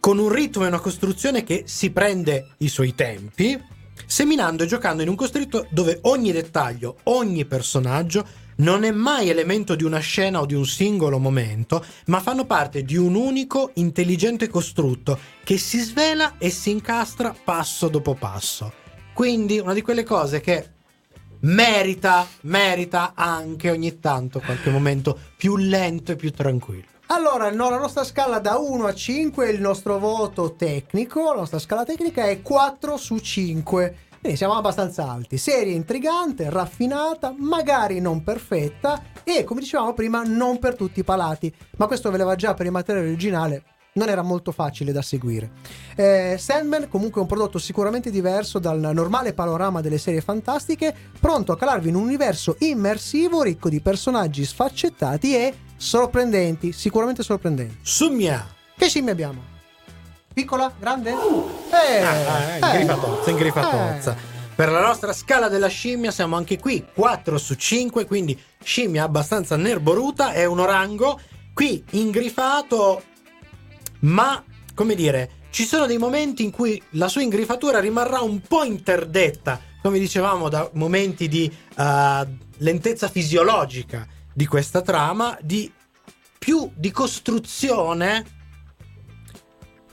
con un ritmo e una costruzione che si prende i suoi tempi, seminando e giocando in un costretto dove ogni dettaglio, ogni personaggio non è mai elemento di una scena o di un singolo momento, ma fanno parte di un unico intelligente costrutto che si svela e si incastra passo dopo passo. Quindi una di quelle cose che merita, merita anche ogni tanto qualche momento più lento e più tranquillo. Allora, no, la nostra scala da 1 a 5, il nostro voto tecnico, la nostra scala tecnica è 4 su 5. Quindi siamo abbastanza alti. Serie intrigante, raffinata, magari non perfetta e, come dicevamo prima, non per tutti i palati. Ma questo ve l'aveva già per il materiale originale, non era molto facile da seguire. Eh, Sandman comunque è un prodotto sicuramente diverso dal normale panorama delle serie fantastiche, pronto a calarvi in un universo immersivo ricco di personaggi sfaccettati e sorprendenti, sicuramente sorprendenti. Sumia! Che scimmia abbiamo? Piccola? Grande? Eh, Uh! Ah, ah, ingrifatozza, ingrifatozza. eh. Per la nostra scala della scimmia siamo anche qui 4 su 5, quindi scimmia abbastanza nerboruta, è un orango. Qui ingrifato, ma come dire, ci sono dei momenti in cui la sua ingrifatura rimarrà un po' interdetta, come dicevamo, da momenti di eh, lentezza fisiologica di questa trama, di più di costruzione.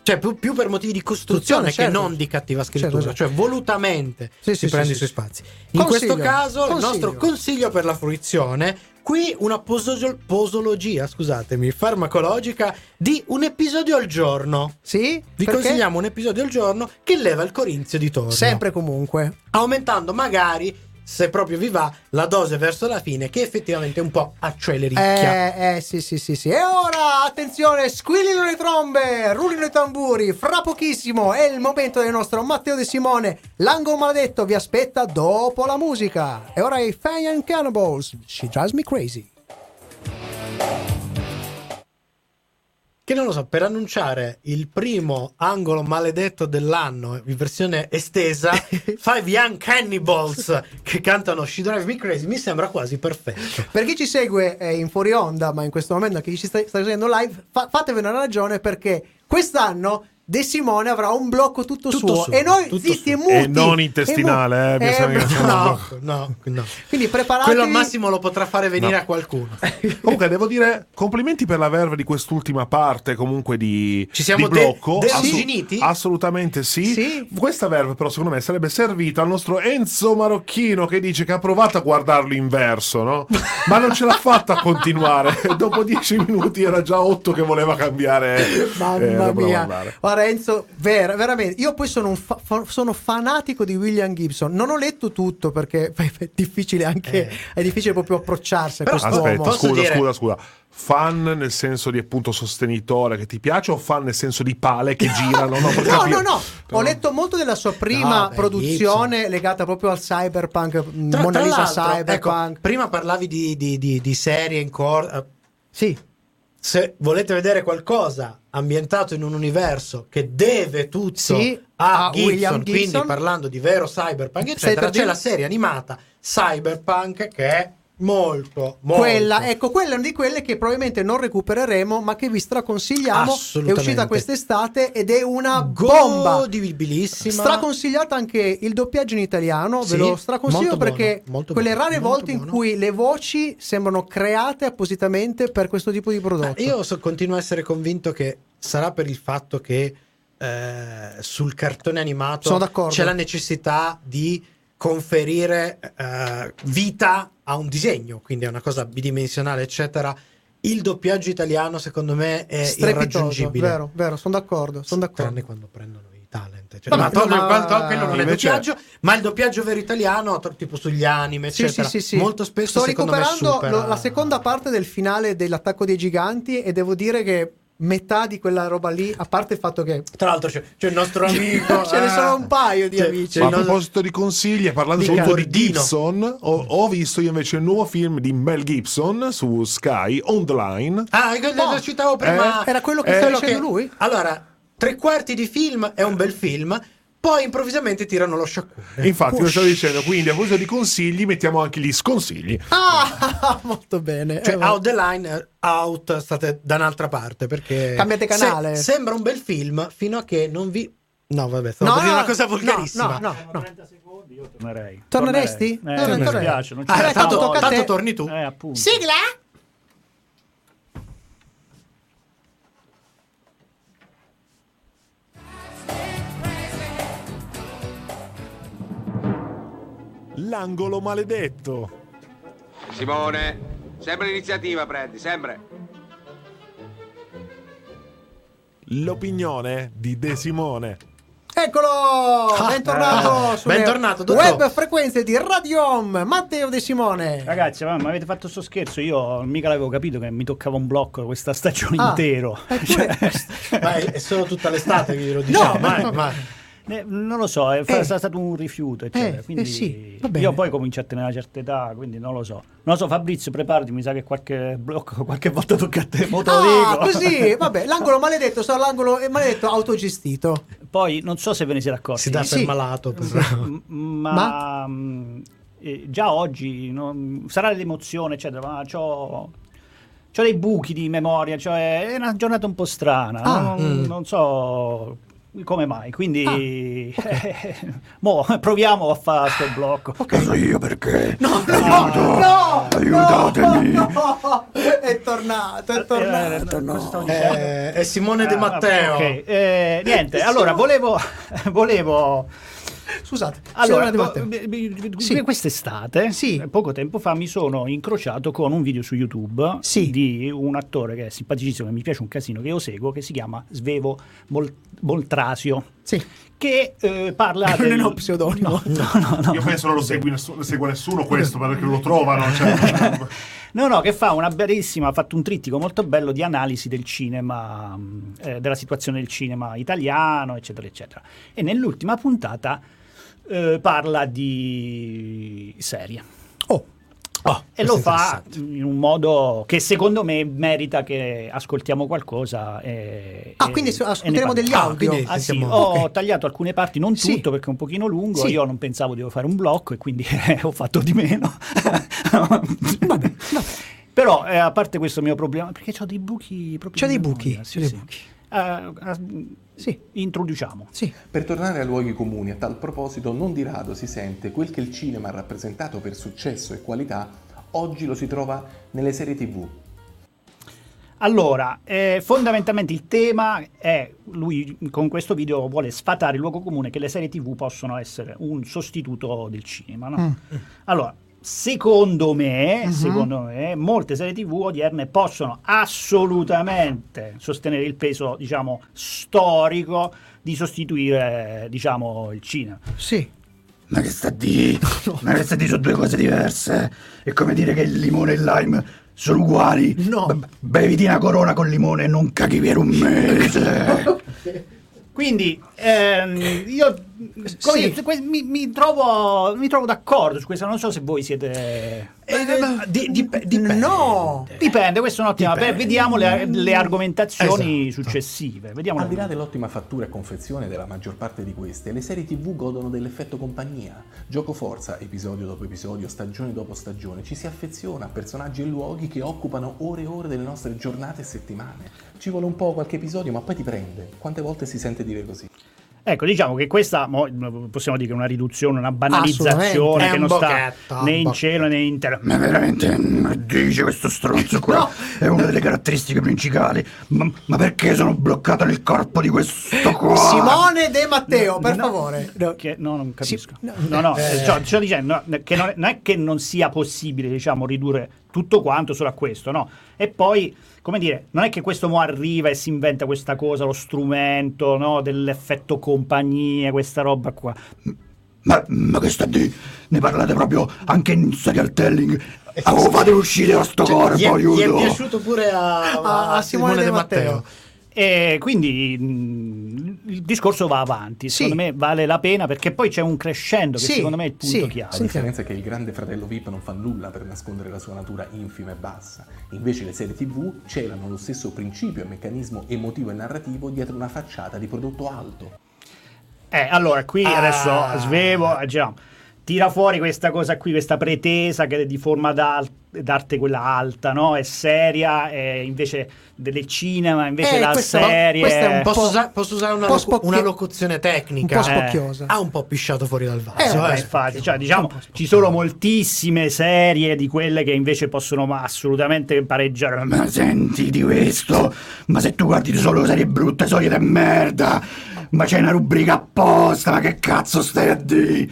Cioè, più, più per motivi di costruzione Costruzione, che certo. non di cattiva scrittura, Certo, certo. cioè volutamente Sì, si sì, prende sì, i suoi sì. spazi. In Consiglio, questo caso, il consiglio. nostro consiglio per la fruizione, qui una poso- posologia, scusatemi, farmacologica di un episodio al giorno. Sì? Vi Perché? consigliamo un episodio al giorno che leva il corinzio di torno. Sempre e comunque. Aumentando magari, se proprio vi va, la dose verso la fine, che effettivamente è un po' accelericchia. Eh, eh, sì, sì, sì, sì. E ora, attenzione, squillino le trombe, rullino i tamburi. Fra pochissimo è il momento del nostro Matteo De Simone. L'angolo maledetto vi aspetta dopo la musica. E ora i Fanian Cannibals. She drives me crazy. Che non lo so, per annunciare il primo angolo maledetto dell'anno in versione estesa, Five Young Cannibals che cantano She Drive Me Crazy, mi sembra quasi perfetto. Per chi ci segue eh, in fuori onda, ma in questo momento anche chi ci sta, sta seguendo live, fa- fatevene una ragione perché quest'anno De Simone avrà un blocco tutto, Tutto suo. suo, E noi tutto zitti suo. e muti. E non intestinale, mu- eh, mi sa che bra- siamo- no. No, no, no. Quindi preparatevi. Quello al massimo lo potrà fare venire No. a qualcuno. Comunque devo dire complimenti per la verve di quest'ultima parte comunque di, Ci siamo di blocco. de- Assu- delusiniti? assolutamente sì. Sì. Questa verve però secondo me sarebbe servita al nostro Enzo Marocchino che dice che ha provato a guardarlo in verso, no? Ma non ce l'ha fatta a continuare. Dopo dieci minuti era già otto che voleva cambiare. eh, Mamma dove voleva mia, andare. guarda, Lorenzo, ver- veramente, io poi sono, un fa- fa- sono fanatico di William Gibson. Non ho letto tutto perché è difficile anche, Eh. è difficile proprio approcciarsi a Però- questo Aspetta, uomo. posso scusa, dire- scusa, scusa. Fan nel senso di appunto sostenitore che ti piace o fan nel senso di pale che girano? No, per No, no, capire. no, ho Però- letto molto della sua prima No, beh, produzione legata proprio al cyberpunk, Tra, Mona tra Lisa l'altro, cyberpunk. ecco, prima parlavi di, di- di- di serie in corso. eh, Sì, Se volete vedere qualcosa ambientato in un universo che deve tutto Sì, a, a Gibson, William Gibson. quindi parlando di vero cyberpunk, Stai eccetera, per c'è dire- la serie animata Cyberpunk che è molto, molto quella, ecco, quella è una di quelle che probabilmente non recupereremo, ma che vi straconsigliamo. È uscita Assolutamente. quest'estate ed è una bomba. godibilissima. Straconsigliato anche il doppiaggio in italiano, Sì, ve lo straconsiglio molto buono, perché molto quelle buono, rare molto volte in buono. cui le voci sembrano create appositamente per questo tipo di Ma prodotto. Ah, Io so- continuo a essere convinto che sarà per il fatto che eh, sul Sono cartone animato d'accordo. c'è la necessità di conferire eh, vita a un disegno, quindi è una cosa bidimensionale, eccetera. Il doppiaggio italiano, secondo me, è Strepitoso, irraggiungibile. vero, vero, sono d'accordo, sono Tranne d'accordo. quando prendono i talent. Cioè, Vabbè, ma tolgo ma- il- tolgo- quello non è Invece- doppiaggio, ma il doppiaggio vero italiano, to- tipo sugli anime, Sì, eccetera. sì, sì, sì. Molto spesso sto secondo me, recuperando supera- lo- la seconda parte del finale dell'attacco dei giganti e devo dire che metà di quella roba lì, a parte il fatto che Tra l'altro c'è, c'è il nostro amico. Ce ne eh. sono un paio di C'è- amici. c'è Ma il a nostro- proposito di consigli, parlando Cioè, Di soprattutto di Cordino. Gibson, ho, ho visto io invece il nuovo film di Mel Gibson su Sky, Online. Ah, io lo citavo prima. Eh, era quello che Eh, stava quello dicendo lui? Allora, tre quarti di film è un bel film, poi improvvisamente tirano lo sciacquone. Infatti, lo stavo dicendo, quindi a proposito di consigli, mettiamo anche gli sconsigli. Ah, molto bene. Cioè, Eh, out the line, eh, out, state da un'altra parte perché... Cambiate canale. Se- sembra un bel film fino a che non vi... No, vabbè, stavo No, per dire no, una cosa no, volgarissima. no, no. Sono 30 secondi, io tornerei. Torneresti? Tornerei. Torna- Eh, mi torna- dispiace, non ci Ah, sono tanto, tocca a voglia. tanto te. torni tu. Eh, appunto. L'angolo maledetto. Simone, sempre l'iniziativa prendi, sempre. L'opinione di De Simone. Eccolo! Ah, bentornato ah, sulle bentornato, dottor. web frequenze di Radio Home, Matteo De Simone. Ragazzi, ma mi avete fatto sto scherzo? Io mica l'avevo capito che mi toccava un blocco questa stagione Ah, intero. Cioè, eppure- Ma è, è solo tutta l'estate che glielo diciamo. ma- no. ma- Eh, non lo so, è, fa- Eh. sarà stato un rifiuto, eccetera. Eh, quindi eh sì, va bene. io poi comincio a tenere una certa età, quindi non lo so. Non lo so, Fabrizio, preparati, mi sa che qualche blocco, qualche volta tocca a te, mo te lo Ah, dico. così, vabbè, l'angolo maledetto sarà l'angolo eh, maledetto autogestito. Poi non so se ve ne siete accorti. si dà per Sì. malato. però. M- ma mh, eh, già oggi non- sarà l'emozione, eccetera, ma c'ho, c'ho dei buchi di memoria, cioè è una giornata un po' strana, Ah, non, mm. non so come mai, quindi Ah, mo, proviamo a fare sto blocco. No, no, aiutatemi. È tornato, è tornato. Eh, cosa stavo dicendo? Eh, è Simone De Ah, Matteo. ok, eh, niente, Sì. allora volevo, volevo Scusate, Allora, Simone oh, De Matteo. b- b- b- Sì. quest'estate, Sì. eh, poco tempo fa, mi sono incrociato con un video su YouTube Sì. di un attore che è simpaticissimo, che mi piace un casino, che io seguo, che si chiama Svevo Bol- Boltrasio, Sì. che eh, parla... Non è del- uno pseudonimo. No, no, no, no. Io penso non lo segui nessuno- lo segue nessuno questo perché lo trovano. Cioè, No, no, che fa una bellissima, ha fatto un trittico molto bello di analisi del cinema, mh, eh, della situazione del cinema italiano, eccetera, eccetera. E nell'ultima puntata eh, parla di serie. Oh, Oh, E lo questo è fa interessante. in un modo che secondo me merita che ascoltiamo qualcosa. E, Ah, e- quindi so- e ne ascolteremo degli parliamo. Ah, audio. quindi- Ah, sì, Sentiamo- ho ok. tagliato alcune parti, non Sì. tutto perché è un pochino lungo. Sì. Io non pensavo di fare un blocco e quindi eh, ho fatto di meno. Vabbè, no. Però eh, a parte questo mio problema, perché ho dei buchi proprio. C'ho di dei buchi, memoria, sì, c'ho dei sì. buchi. Ah, ah, sì, introduciamo. Sì. Per tornare a luoghi comuni, a tal proposito, non di rado si sente quel che il cinema ha rappresentato per successo e qualità, oggi lo si trova nelle serie tv. Allora, eh, fondamentalmente il tema è, lui con questo video vuole sfatare il luogo comune che le serie tv possono essere un sostituto del cinema. no? Allora, Secondo me, secondo me, molte serie TV odierne possono assolutamente sostenere il peso, diciamo, storico di sostituire, diciamo, il cinema. Sì. Ma che sta di? Ma che sta di sono due cose diverse? È come dire che il limone e il lime sono uguali. No. Be- beviti una corona con limone e non caghi per un mese. Quindi ehm, io come Sì. dire, que- mi, mi trovo, mi trovo d'accordo su questo, non so se voi siete... Eh, ma di- dip- dipende. No. Dipende, questa è un'ottima... Beh, Dipende. vediamo le, le argomentazioni Esatto. successive. Vediamo Al di là dell'ottima fattura e confezione della maggior parte di queste, le serie TV godono dell'effetto compagnia. Gioco forza, episodio dopo episodio, stagione dopo stagione, ci si affeziona a personaggi e luoghi che occupano ore e ore delle nostre giornate e settimane. Ci vuole un po' qualche episodio, ma poi ti prende. Quante volte si sente dire così? Ecco, diciamo che questa mo, possiamo dire che è una riduzione, una banalizzazione Assolutamente, è che un non bocchetto, sta un né in bocchetto. cielo né in terra. Ma veramente, ma dice questo stronzo qua, è una delle caratteristiche principali. Ma, ma perché sono bloccato nel corpo di questo qua? Simone De Matteo, per favore. No. Che- no, non capisco. Sì, no. no, no, Eh. Eh. sto, sto dicendo no, che non è, non è che non sia possibile, diciamo, ridurre tutto quanto solo a questo, no? E poi, come dire, non è che questo mo arriva e si inventa questa cosa, lo strumento, no, dell'effetto compagnia, questa roba qua. Ma, ma che sta di? Ne parlate proprio anche in serial telling? Oh, fate uscire da sto Cioè, gli, corpo, è, gli è aiuto! piaciuto pure a, Ah, A- a Simone De Matteo. E quindi mh, il discorso va avanti, Sì. secondo me vale la pena perché poi c'è un crescendo che Sì, secondo me è il punto sì. chiave. La Sentiamo. differenza è che il grande fratello VIP non fa nulla per nascondere la sua natura infima e bassa. Invece le serie TV celano lo stesso principio e meccanismo emotivo e narrativo dietro una facciata di prodotto alto. Eh, allora, qui Ah. adesso svevo, diciamo, tira fuori questa cosa qui, questa pretesa che è di forma d'al- d'arte quella alta, no? È seria, è invece del cinema, invece Eh, la questa- serie... Cioè, questa è un po' Posso, usa- posso usare una, Un po' locu- spocchio- una locuzione Un tecnica? po' Eh. spocchiosa. Ha un po' pisciato fuori dal Eh, vaso. vabbè, eh. infatti, cioè, diciamo, ci sono moltissime serie di quelle che invece possono ma- assolutamente pareggiare. Ma senti di questo? Ma se tu guardi solo serie brutte, serie di merda, ma c'è una rubrica apposta, ma che cazzo stai a di?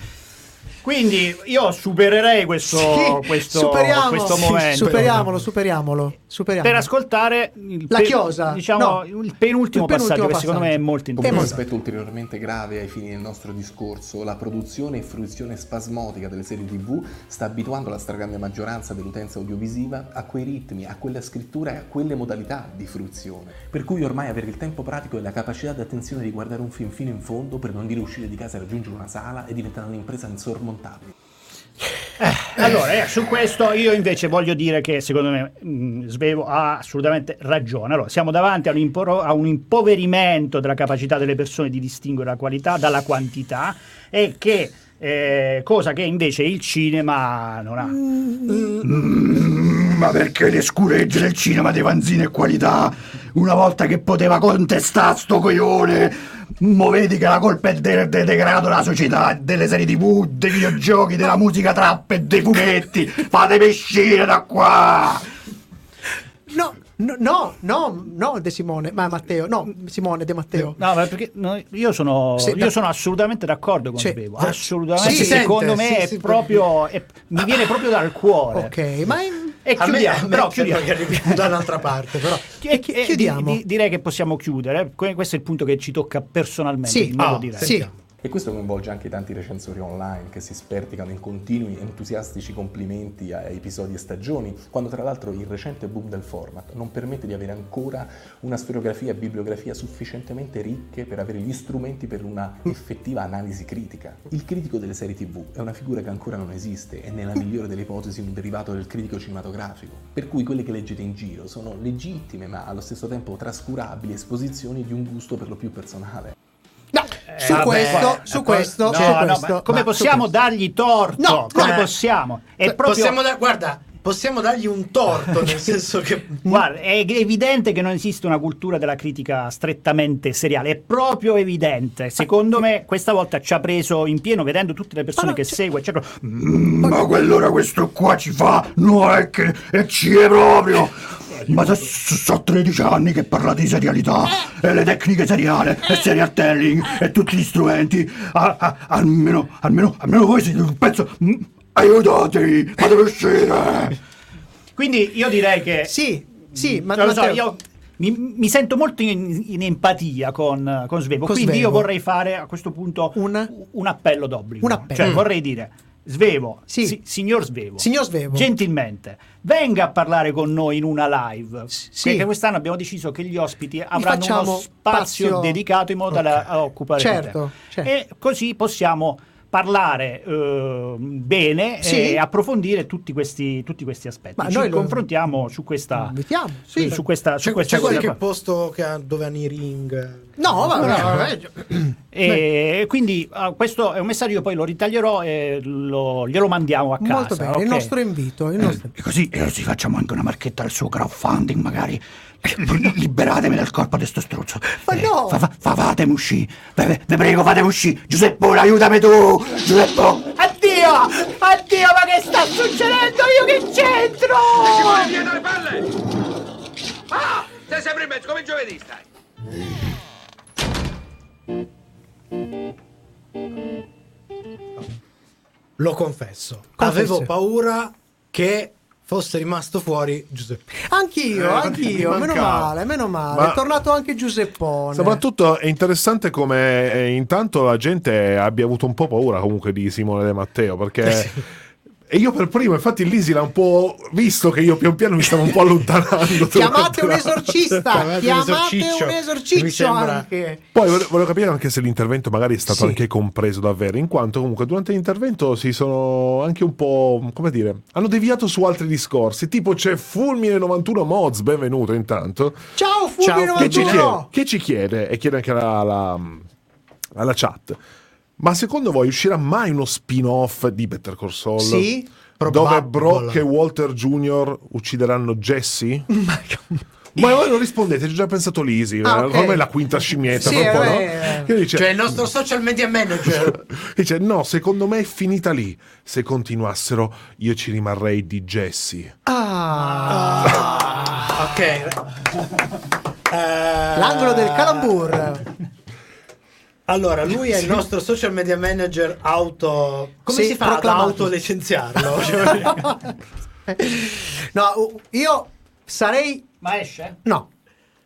Quindi io supererei questo, Sì, questo- superiamo- questo sì, momento. superiamolo, superiamolo, superiamolo. per ascoltare il La pe- chiosa, diciamo, no. il penultimo Il penultimo passaggio, che secondo me è passaggio. molto Come un interessante. aspetto ulteriormente grave ai fini del nostro discorso, la produzione e fruizione spasmodica delle serie TV sta abituando la stragrande maggioranza dell'utenza audiovisiva a quei ritmi, a quella scrittura e a quelle modalità di fruizione. Per cui ormai avere il tempo pratico e la capacità di attenzione di guardare un film fino in fondo, per non dire uscire di casa e raggiungere una sala, è diventata un'impresa insormontabile. Allora, eh, su questo io invece voglio dire che secondo me mh, Svevo ha assolutamente ragione. Allora, siamo davanti a un, imporo- a un impoverimento della capacità delle persone di distinguere la qualità dalla quantità e che eh, cosa che invece il cinema non ha. Mm, Ma perché le scuregge del cinema di Vanzini e qualità? Una volta che poteva contestare sto coglione, mo vedi che la colpa è del del degrado della società, delle serie tv, dei videogiochi, della musica trap e dei fumetti. Fatemi uscire da qua! No, no, no, no, no, De Simone, ma Matteo, no, Simone De Matteo. No, ma perché no, io, sono, Sì, io da- sono assolutamente d'accordo con Sì. Svevo. Sì. Assolutamente, Sì, si secondo sente, me sì, è sì, proprio. è- mi viene proprio dal cuore. Ok, ma è- Eh, E A me, chiudiamo, a me però sembra chiudiamo. che arrivi da un'altra parte, però. Chi- Chi- eh, chiudiamo. di- di- direi che possiamo chiudere. eh. Que- Questo è il punto che ci tocca personalmente. Sì. in modo Eh, Ah, diretto. sì, Sentiamo. E questo coinvolge anche i tanti recensori online che si sperticano in continui entusiastici complimenti a episodi e stagioni, quando tra l'altro il recente boom del format non permette di avere ancora una storiografia e bibliografia sufficientemente ricche per avere gli strumenti per una effettiva analisi critica. Il critico delle serie TV è una figura che ancora non esiste, è nella migliore delle ipotesi un derivato del critico cinematografico, per cui quelle che leggete in giro sono legittime ma allo stesso tempo trascurabili esposizioni di un gusto per lo più personale. no, su vabbè, questo, eh, su questo, No, su no, questo. ma come ma- possiamo su questo. dargli torto? No, come no. possiamo? È Cioè, proprio. possiamo da- guarda, possiamo dargli un torto, nel senso Cioè, che Guarda, è evidente che non esiste una cultura della critica strettamente seriale, è proprio evidente. Secondo me, questa volta ci ha preso in pieno vedendo tutte le persone Ma no, che cioè- segue, eccetera. Mm, Ma quell'ora questo qua ci fa, no è che e ci è proprio. Ma se so, so 13 anni che parlate di serialità e le tecniche seriali e serial telling e tutti gli strumenti, a- a- almeno, almeno, almeno voi siete un pezzo mm, Aiutatemi, fatemi uscire! Quindi io direi che... Sì, sì, ma Mm, Non Cioè, lo so, Matteo- io mi, mi sento molto in, in empatia con, con Svevo, Con quindi io Svevo. vorrei fare a questo punto Una- un appello d'obbligo. Un appello. Cioè Mm. vorrei dire, Svevo, Sì. si- signor Svevo, Signor Svevo. gentilmente, venga a parlare con noi in una live, sì. perché quest'anno abbiamo deciso che gli ospiti avranno facciamo uno spazio spazio- dedicato in modo tale Ok. a occupare Certo, il tempo. certo. E così possiamo parlare eh, bene Sì. e approfondire tutti questi, tutti questi aspetti. Ma Ci noi lo- confrontiamo su questa, Invitiamo, sì, sì. su questa, su C'è, questa c'è qualche cosa qua. posto che ha- dove hanno i ring? No, eh, vabbè, E quindi ah, questo è un messaggio, io poi lo ritaglierò e lo- glielo mandiamo a casa. molto bene. ok? Mm. Il nostro invito, il nostro- E così, e così facciamo anche una marchetta al suo crowdfunding, magari. Liberatemi dal corpo di sto struzzo. Eh, Ma no! fa- fa- fa- fatemi uscire. Ve, ve- ve prego, fatemi uscire. Giuseppe, aiutami tu! Giuseppe! Addio! Addio, ma che sta succedendo? Io che c'entro? dietro le palle! Ah! Sei sempre in mezzo, come giovedì stai! Lo confesso. Confesso. Avevo paura che fosse rimasto fuori Giuseppe. Anch'io, Eh, anch'io, mi meno mancava. male, meno male. Ma- È tornato anche Giuseppone. Soprattutto è interessante come eh, intanto la gente abbia avuto un po' paura comunque di Simone De Matteo perché... E io per primo, infatti Lisi l'ha un po' visto che io pian piano mi stavo un po' allontanando. Chiamate durante un la- esorcista, Chiamate un chiamate esorciccio. un esorciccio Mi sembra- anche. Poi vole- volevo capire anche se l'intervento magari è stato Sì. anche compreso davvero, in quanto comunque durante l'intervento si sono anche un po', come dire, hanno deviato su altri discorsi, tipo c'è Fulmine 91 Mods, benvenuto intanto, Ciao Ciao, Fulvio che ci, 91. chiede, che ci chiede, e chiede anche alla, alla- alla chat, ma secondo voi uscirà mai uno spin-off di Better Call Saul? Sì, Dove Brock probabile. e Walter Jr. uccideranno Jesse? Ma voi non rispondete, ci ho già pensato Lisi. eh, Ah, ok. Ormai è la quinta scimmietta. Sì, fra un po', no? eh, Che dice, Cioè il nostro social media manager. dice, no, secondo me è finita lì. Se continuassero, io ci rimarrei di Jesse. Ah, Ah, ok. Eh, l'angolo del calambur. Allora, lui è il nostro social media manager auto. Come Sì, si fa ad proclamato. autolicenziarlo? Cioè, No, io sarei Ma esce? No.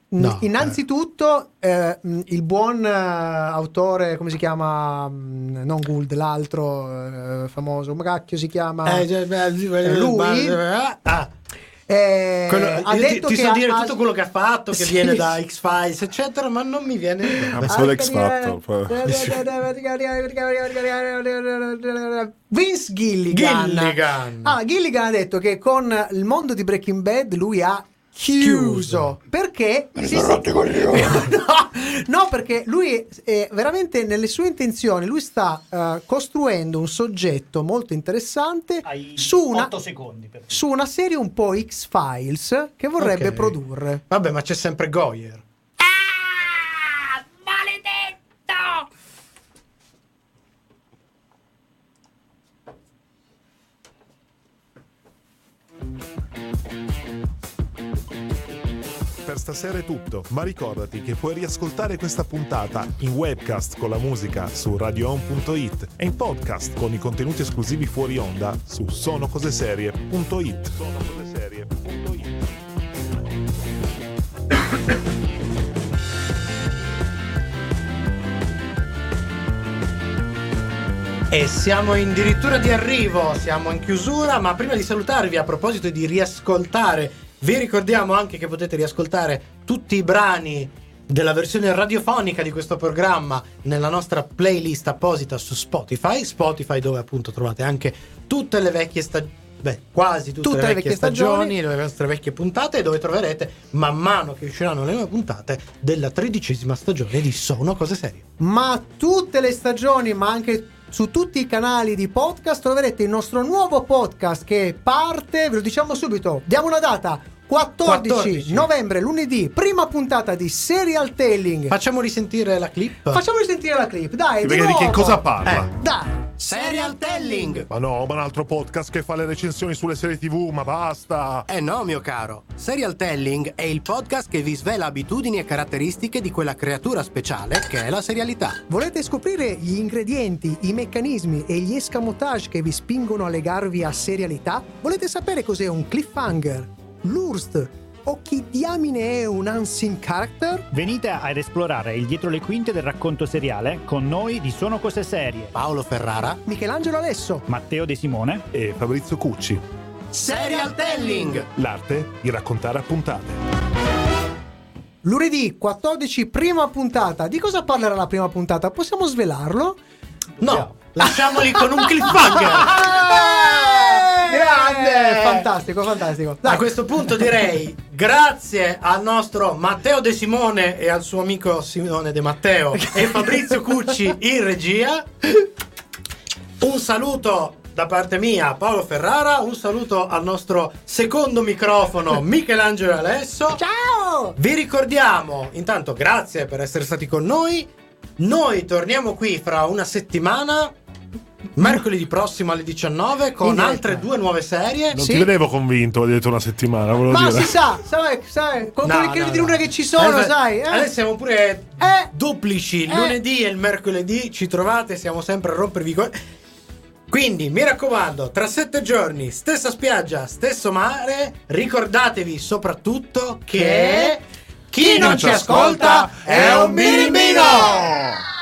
No. Innanzitutto eh, mh, il buon eh, autore, come si chiama? Mh, non Gould, l'altro eh, famoso, come cacchio si chiama? Eh, cioè, beh, lui? Ah, Eh, quello- ha io ti, detto ti che so ha- dire ha- tutto quello che ha fatto, che Sì. viene da X-Files, eccetera, ma non mi viene. in mente. solo Ah, X carriera. Factor, Vince Gilligan. Gilligan. Ah, Gilligan ha detto che con il mondo di Breaking Bad lui ha chiuso perché Me ne si- sono rotti i coglioni. no, no, perché lui è veramente nelle sue intenzioni, lui sta eh, costruendo un soggetto molto interessante Hai su una, 8 secondi. per- su una serie un po' X-Files che vorrebbe Ok. produrre. Vabbè, ma c'è sempre Goyer. Per stasera è tutto, ma ricordati che puoi riascoltare questa puntata in webcast con la musica su radioon.it e in podcast con i contenuti esclusivi fuori onda su sonocoseserie.it. E siamo addirittura di arrivo, siamo in chiusura, ma prima di salutarvi a proposito di riascoltare, vi ricordiamo anche che potete riascoltare tutti i brani della versione radiofonica di questo programma nella nostra playlist apposita su Spotify, Spotify dove appunto trovate anche tutte le vecchie stagioni. Beh, quasi tutte, le vecchie, stagioni, le nostre vecchie puntate, dove troverete man mano che usciranno le nuove puntate della tredicesima stagione di Sono Cose Serie. ma tutte le stagioni, ma anche su tutti i canali di podcast troverete il nostro nuovo podcast che parte, ve lo diciamo subito, diamo una data. 14, 14. novembre, lunedì, prima puntata di Serial Telling. Facciamo risentire la clip. Facciamo sentire la clip, dai, di Perché di che nuovo. cosa parla? Eh. Dai. Serial Telling! Ma no, ma un altro podcast che fa le recensioni sulle serie TV, ma basta! Eh no, mio caro. Serial Telling è il podcast che vi svela abitudini e caratteristiche di quella creatura speciale che è la serialità. Volete scoprire gli ingredienti, i meccanismi e gli escamotage che vi spingono a legarvi a serialità? Volete sapere cos'è un cliffhanger, l'urst o chi diamine è un unseen character? Venite ad esplorare il dietro le quinte del racconto seriale con noi di Sono Cose Serie. Paolo Ferrara. Michelangelo Alesso, Matteo De Simone. E Fabrizio Cucci. Serial Telling! L'arte di raccontare a puntate. lunedì 14, prima puntata. Di cosa parlerà la prima puntata? Possiamo svelarlo? No, lasciamoli con un cliffhanger! Eh! Grande! Fantastico, fantastico. Dai, A Ah, questo punto direi grazie al nostro Matteo De Simone e al suo amico Simone De Matteo e Fabrizio Cucci in regia. Un saluto da parte mia Paolo Ferrara, un saluto al nostro secondo microfono Michelangelo Alesso. Ciao! Vi ricordiamo, intanto grazie per essere stati con noi. Noi torniamo qui fra una settimana, mercoledì prossimo alle 19 In con diretta. altre due nuove serie. Non Sì. ti vedevo convinto, hai detto una settimana, volevo Ma dire. si sa, sai, sai, con No, quelle crisi no, di no. luna che ci sono, Eh, beh, sai. eh? Adesso siamo pure Eh. duplici, il Eh. lunedì e il mercoledì ci trovate, siamo sempre a rompervi i co- Quindi mi raccomando, tra sette giorni, stessa spiaggia, stesso mare, ricordatevi soprattutto che chi non ci ascolta è un birimbino!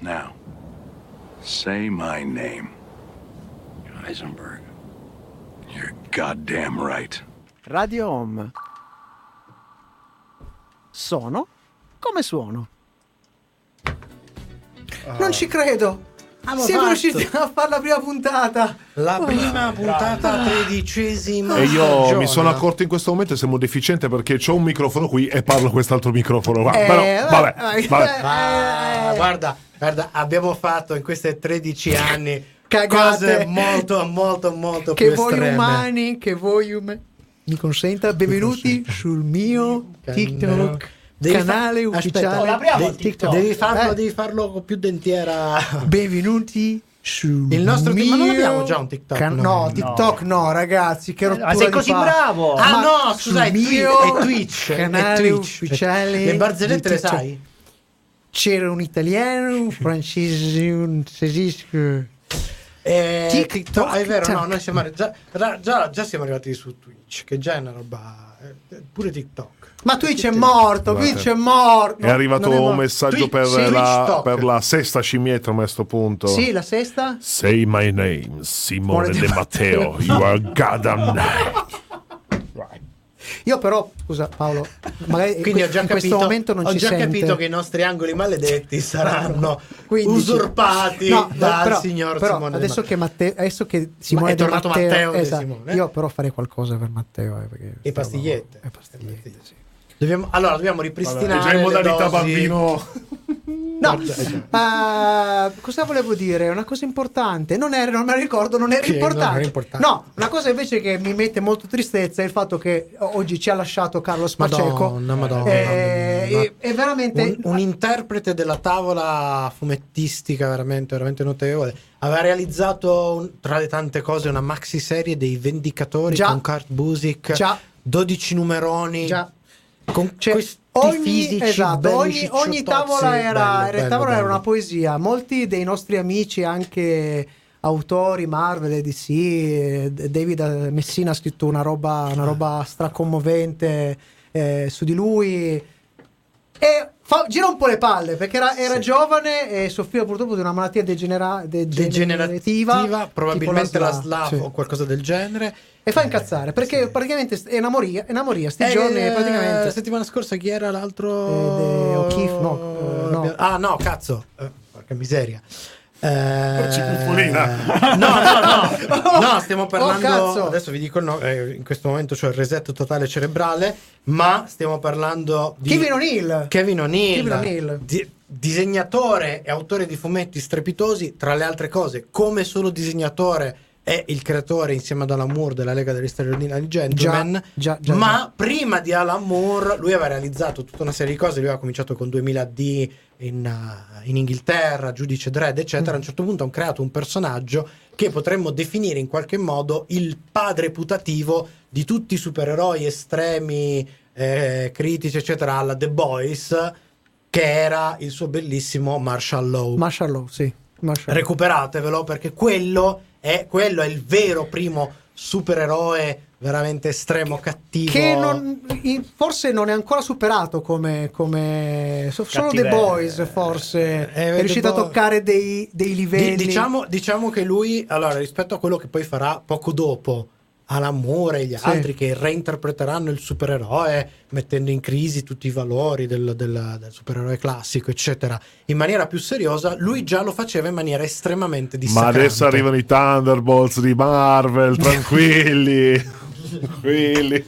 Now, say my name. Heisenberg. You're goddamn right. Radio Home. Sono come suono. Non ci credo. Abbiamo Siamo fatto. riusciti a fare la prima puntata. Oh. Ah. La prima puntata tredicesima. E io stagione. mi sono accorto in questo momento che siamo deficiente perché ho un microfono qui e parlo a quest'altro microfono qua. Eh, Però, vabbè, vai, vabbè. vai. Ah, guarda, guarda, abbiamo fatto in questi 13 anni Cagate. cose molto, molto, molto Che più voi estreme. umani, che voi umani. Mi consenta, benvenuti sul mio TikTok Devi fa- canale Aspetta, ufficiale de- del TikTok. Devi farlo, Eh, devi farlo con più dentiera. Benvenuti sul Il nostro ti- mio... ma non abbiamo già un TikTok, can- no? Eh, no, TikTok no, ragazzi, che rottura Ma sei di così palle. bravo! Ah Ma no, scusa, è sul Twi- mio è Twitch. è canale Twitch. ufficiale Le di barzellette le TikTok. sai? C'era un italiano, un francese, un tedesco. Eh, Tic- TikTok, toc, è vero, tac. no, noi siamo arri- già, ra- già- già siamo arrivati su Twitch, che già è una roba... eh, Pure TikTok. Ma Twitch è morto, Guarda. Twitch è morto. È arrivato Non è un morto. messaggio Twitch, per, sì, Twitch la, Talk. per la sesta scimmietta, ma a questo punto. Sì, la sesta? Say my name, Simone Simone De De Matteo. You are goddamn Io però, scusa Paolo, magari Quindi ho già in capito, questo momento non ho ci già sente. capito che i nostri angoli maledetti saranno 15. usurpati No, dal però- signor però Simone. Adesso De che, Matteo, adesso che Simone è De tornato Matteo De esatto, Simone. eh? Io però farei qualcosa per Matteo. eh, perché- E pastigliette. E pastigliette, sì. Matteo. Dobbiamo- allora, dobbiamo È ripristinare. già in le modalità dosi. bambino. No, ma cosa volevo dire? Una cosa importante, non, era, non me la ricordo, non era, Che non era importante. importante. No, una cosa invece che mi mette molto tristezza è il fatto che oggi ci ha lasciato Carlos Pacheco. Madonna, madonna. Eh, Ma- e- e veramente- un, un interprete della tavola fumettistica veramente, veramente notevole. Aveva realizzato un- tra le tante cose una maxi serie dei Vendicatori Già. con Kurt Busiek, Già. 12 numeroni. Già. Con Cioè, questi ogni, fisici esatto, belli ogni, ogni cicciotozzi. tavola, era, Bello, era- bello, tavola era bello. una poesia. Molti dei nostri amici, anche autori Marvel, DC, eh, D- David Messina ha scritto una roba, una roba stracommovente eh, su di lui. E fa- gira un po' le palle perché era, era Sì. giovane e soffriva purtroppo di una malattia degenera- degenerativa, degenerativa, probabilmente tipo la slav sì. Eh, o Eh, qualcosa del genere. E fa incazzare perché praticamente è una moria, è una moria sti giorni Eh, praticamente. La settimana scorsa chi era l'altro? Eh, de- O'Keefe, no, eh, no. Ah, no, cazzo. Eh, porca miseria. Cicufolina. No, no, no, no, stiamo parlando. Oh, cazzo. adesso vi dico il no- eh, in questo momento c'ho il resetto totale cerebrale, ma stiamo parlando di Kevin O'Neill. Kevin O'Neill, Kevin O'Neill. di- disegnatore e autore di fumetti strepitosi, tra le altre cose, come solo disegnatore è il creatore insieme ad Alan Moore della Lega degli Straordinari Gentlemen. già, già, ma già. prima di Alan Moore, lui aveva realizzato tutta una serie di cose. Lui aveva cominciato con 2000 D in, eh, in Inghilterra, Giudice Dredd, Mm. eccetera. A un certo punto hanno creato un personaggio che potremmo definire in qualche modo il padre putativo di tutti i supereroi estremi, eh, critici, eccetera, alla The Boys, che era il suo bellissimo Marshall Law. Marshall Law, sì. Marshall Law. Recuperatevelo perché quello è, quello è il vero primo supereroe veramente estremo, cattivo. Che non- i- forse non è ancora superato come. come so- solo The Cattiveria. Boys, forse. Eh, è The riuscito a Boys. toccare dei, dei livelli. Di- diciamo, diciamo che lui, allora, rispetto a quello che poi farà poco dopo all'amore e gli Sì. altri che reinterpreteranno il supereroe mettendo in crisi tutti i valori del, del- del supereroe classico, eccetera, in maniera più seriosa, lui già lo faceva in maniera estremamente Ma dissacrante. adesso arrivano i Thunderbolts di Marvel, tranquilli. tranquilli.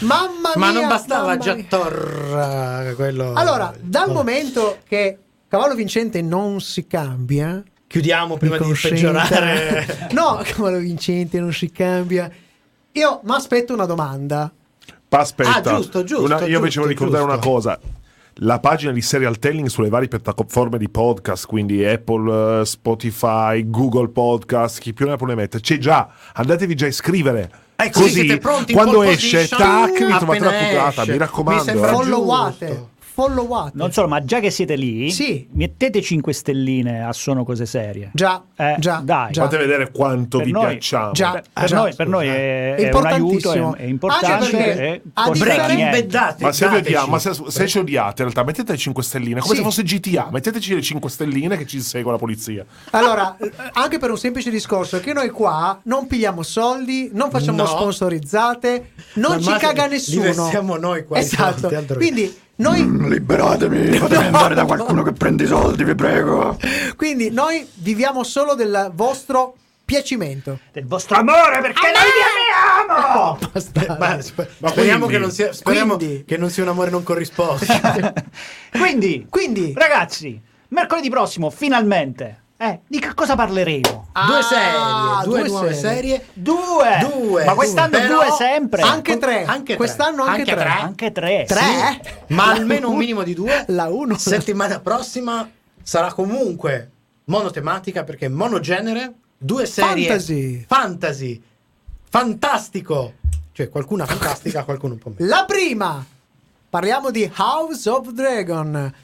Mamma mia! Ma non bastava mamma già Oh. mia. Thor eh, quello... Allora, dal Vabbè. momento che Cavallo Vincente non si cambia, Chiudiamo prima Mi di consenta- peggiorare. no, Cavallo Vincente non si cambia. Io mi aspetto una domanda. Pa, aspetta. Ah, giusto, giusto, Una- io invece giusto, voglio ricordare giusto. una cosa. La pagina di serial telling sulle varie piattaforme di podcast, quindi Apple, eh, Spotify, Google Podcast, chi più ne ha più ne mette, c'è già. Andatevi già a iscrivere. Ecco, sì, siete pronti in quando pole esce, position? tac, vi Appena trovate la puntata. esce. Mi raccomando. Mi sembra eh. giusto. Followate, followate. Non solo, ma già che siete lì, Sì. mettete 5 stelline a Sono Cose Serie. Già, Eh, già, dai. già. Fate vedere quanto Per vi noi- piacciamo. Già. Per, per già, noi, per noi è, È è un aiuto, è, importantissimo. è importante. Anche perché, è a costa differenza- niente. Breaking Bad, date- Ma se, vi dateci. odiamo- ma se- se ci odiate, in realtà mettete le 5 stelline, come Sì. se fosse GTA, metteteci le 5 stelline che ci segue la polizia. Allora, eh, anche per un semplice discorso, che noi qua non pigliamo soldi, non facciamo No. sponsorizzate, La non ci mafia- caga li nessuno. vestiamo noi qua, Esatto. di altro che- Quindi noi, Mm, Liberatemi, fatemi andare da qualcuno che prende i soldi, vi prego. quindi noi viviamo solo del vostro piacimento. Del vostro amore, perché noi vi amiamo! Sper- ma sper- speriamo, quindi- che non, sia, speriamo quindi- che non sia un amore non corrisposto. Quindi, Quindi- ragazzi, mercoledì prossimo, finalmente, eh, di che cosa parleremo? due Ah, serie, due, due nuove serie. serie. Due! Due, Ma quest'anno due. due Però sempre! Anche tre, Anche tre. quest'anno anche, Anche tre. tre? Anche tre! Tre? Sì, ma almeno un minimo di due. La uno. Settimana prossima sarà comunque monotematica perché monogenere, due serie Fantasy. fantasy, fantastico. Cioè qualcuna fantastica, qualcuno un po' meno. La prima, parliamo di House of Dragon.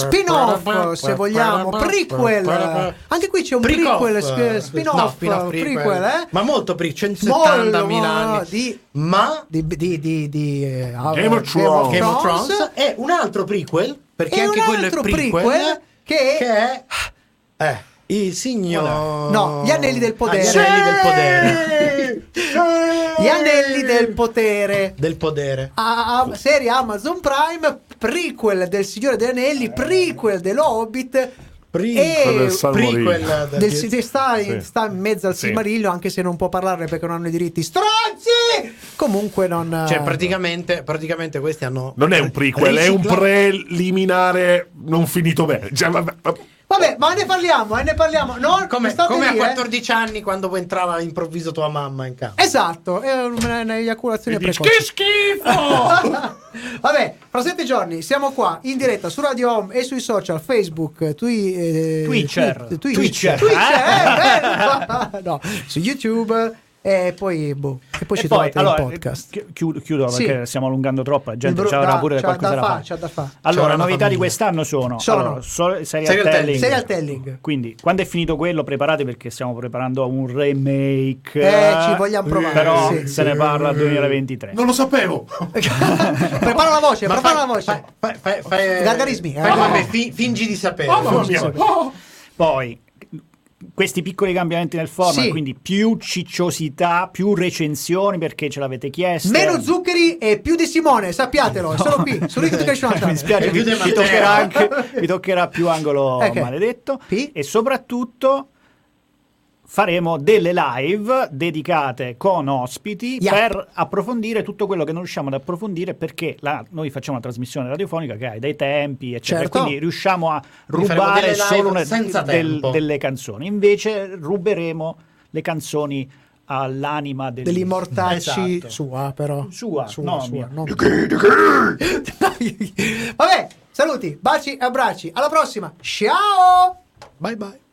Spin-off, se vogliamo, prequel. Anche qui c'è un Precoff. prequel, sp- spin-off, No, spin-off, prequel, eh? Ma molto pre, Mollo, 170.000 mollo, anni. di- Ma di, di, di, di eh, Game of Thrones. Game of Thrones Oh. è un altro prequel, perché E anche un quello è altro prequel, prequel che- è... eh, il signor... No, Gli Anelli del Potere. Ah, Gli Anelli del Potere. Gli Anelli del Potere. del Potere. A- a- serie Amazon Prime, prequel del Signore degli Anelli, prequel dello Hobbit. Prequel e- del San- Prequel Eh, del- si- sta, in, Sì. sta in mezzo al Sì. Silmarillion, anche se non può parlarne perché non hanno i diritti. Stronzi! Comunque non... eh, Cioè, praticamente, praticamente questi hanno... Non è un prequel, è un riciclato- preliminare non finito bene. Cioè, vabbè, vabbè. Vabbè, ma ne parliamo, eh, ne parliamo. Non Come, state come a lì, eh. 14 anni quando poi entrava all'improvviso tua mamma in casa. Esatto, è un'eiaculazione Dici, precoce. che schifo! Vabbè, fra sette giorni siamo qua in diretta su Radio Home e sui social Facebook, tui, eh, Twitcher. twi- twi- Twitcher. Twitcher, eh, bello. no, su YouTube e poi, boh, e poi E ci poi, trovate allora, in podcast. chi- chiudo, chiudo Sì. perché stiamo allungando troppo, la gente Il bru- avrà da- pure c'ha qualcosa da da, fa, fare. c'è da fa. C'ha Allora, una novità di famiglia. quest'anno sono, Sono. allora, so- serial, Serial telling. Serial telling. Quindi, quando è finito quello, preparate perché stiamo preparando un remake. Eh, ci vogliamo provare, Però sì. Mm. se ne parla al 2023. Non lo sapevo. eh, prepara la voce, Ma prepara la fai- voce. fai- fai- fai- fai- Gargarismi, eh. Oh, fai come fi- fingi di sapere. Oh, mamma mia. Oh, Poi questi piccoli cambiamenti nel format, Sì. quindi più cicciosità, più recensioni perché ce l'avete chiesto. Meno zuccheri e più di Simone, sappiatelo, è solo qui, solo qui Education Channel. Mi dispiace, E più vi, di vi Matteo. toccherà anche, vi toccherà più angolo Eh, che- maledetto. E soprattutto faremo delle live dedicate con ospiti Yeah. per approfondire tutto quello che non riusciamo ad approfondire perché la- noi facciamo una trasmissione radiofonica che ha dei tempi, eccetera. Certo. Quindi riusciamo a Quindi faremo delle rubare live solo una- senza del- tempo. delle canzoni. Invece ruberemo le canzoni all'anima del- Degli immortacci Esatto. sua però. Sua, no, mia. non- Vabbè, saluti, baci e abbracci. Alla prossima. Ciao! Bye bye.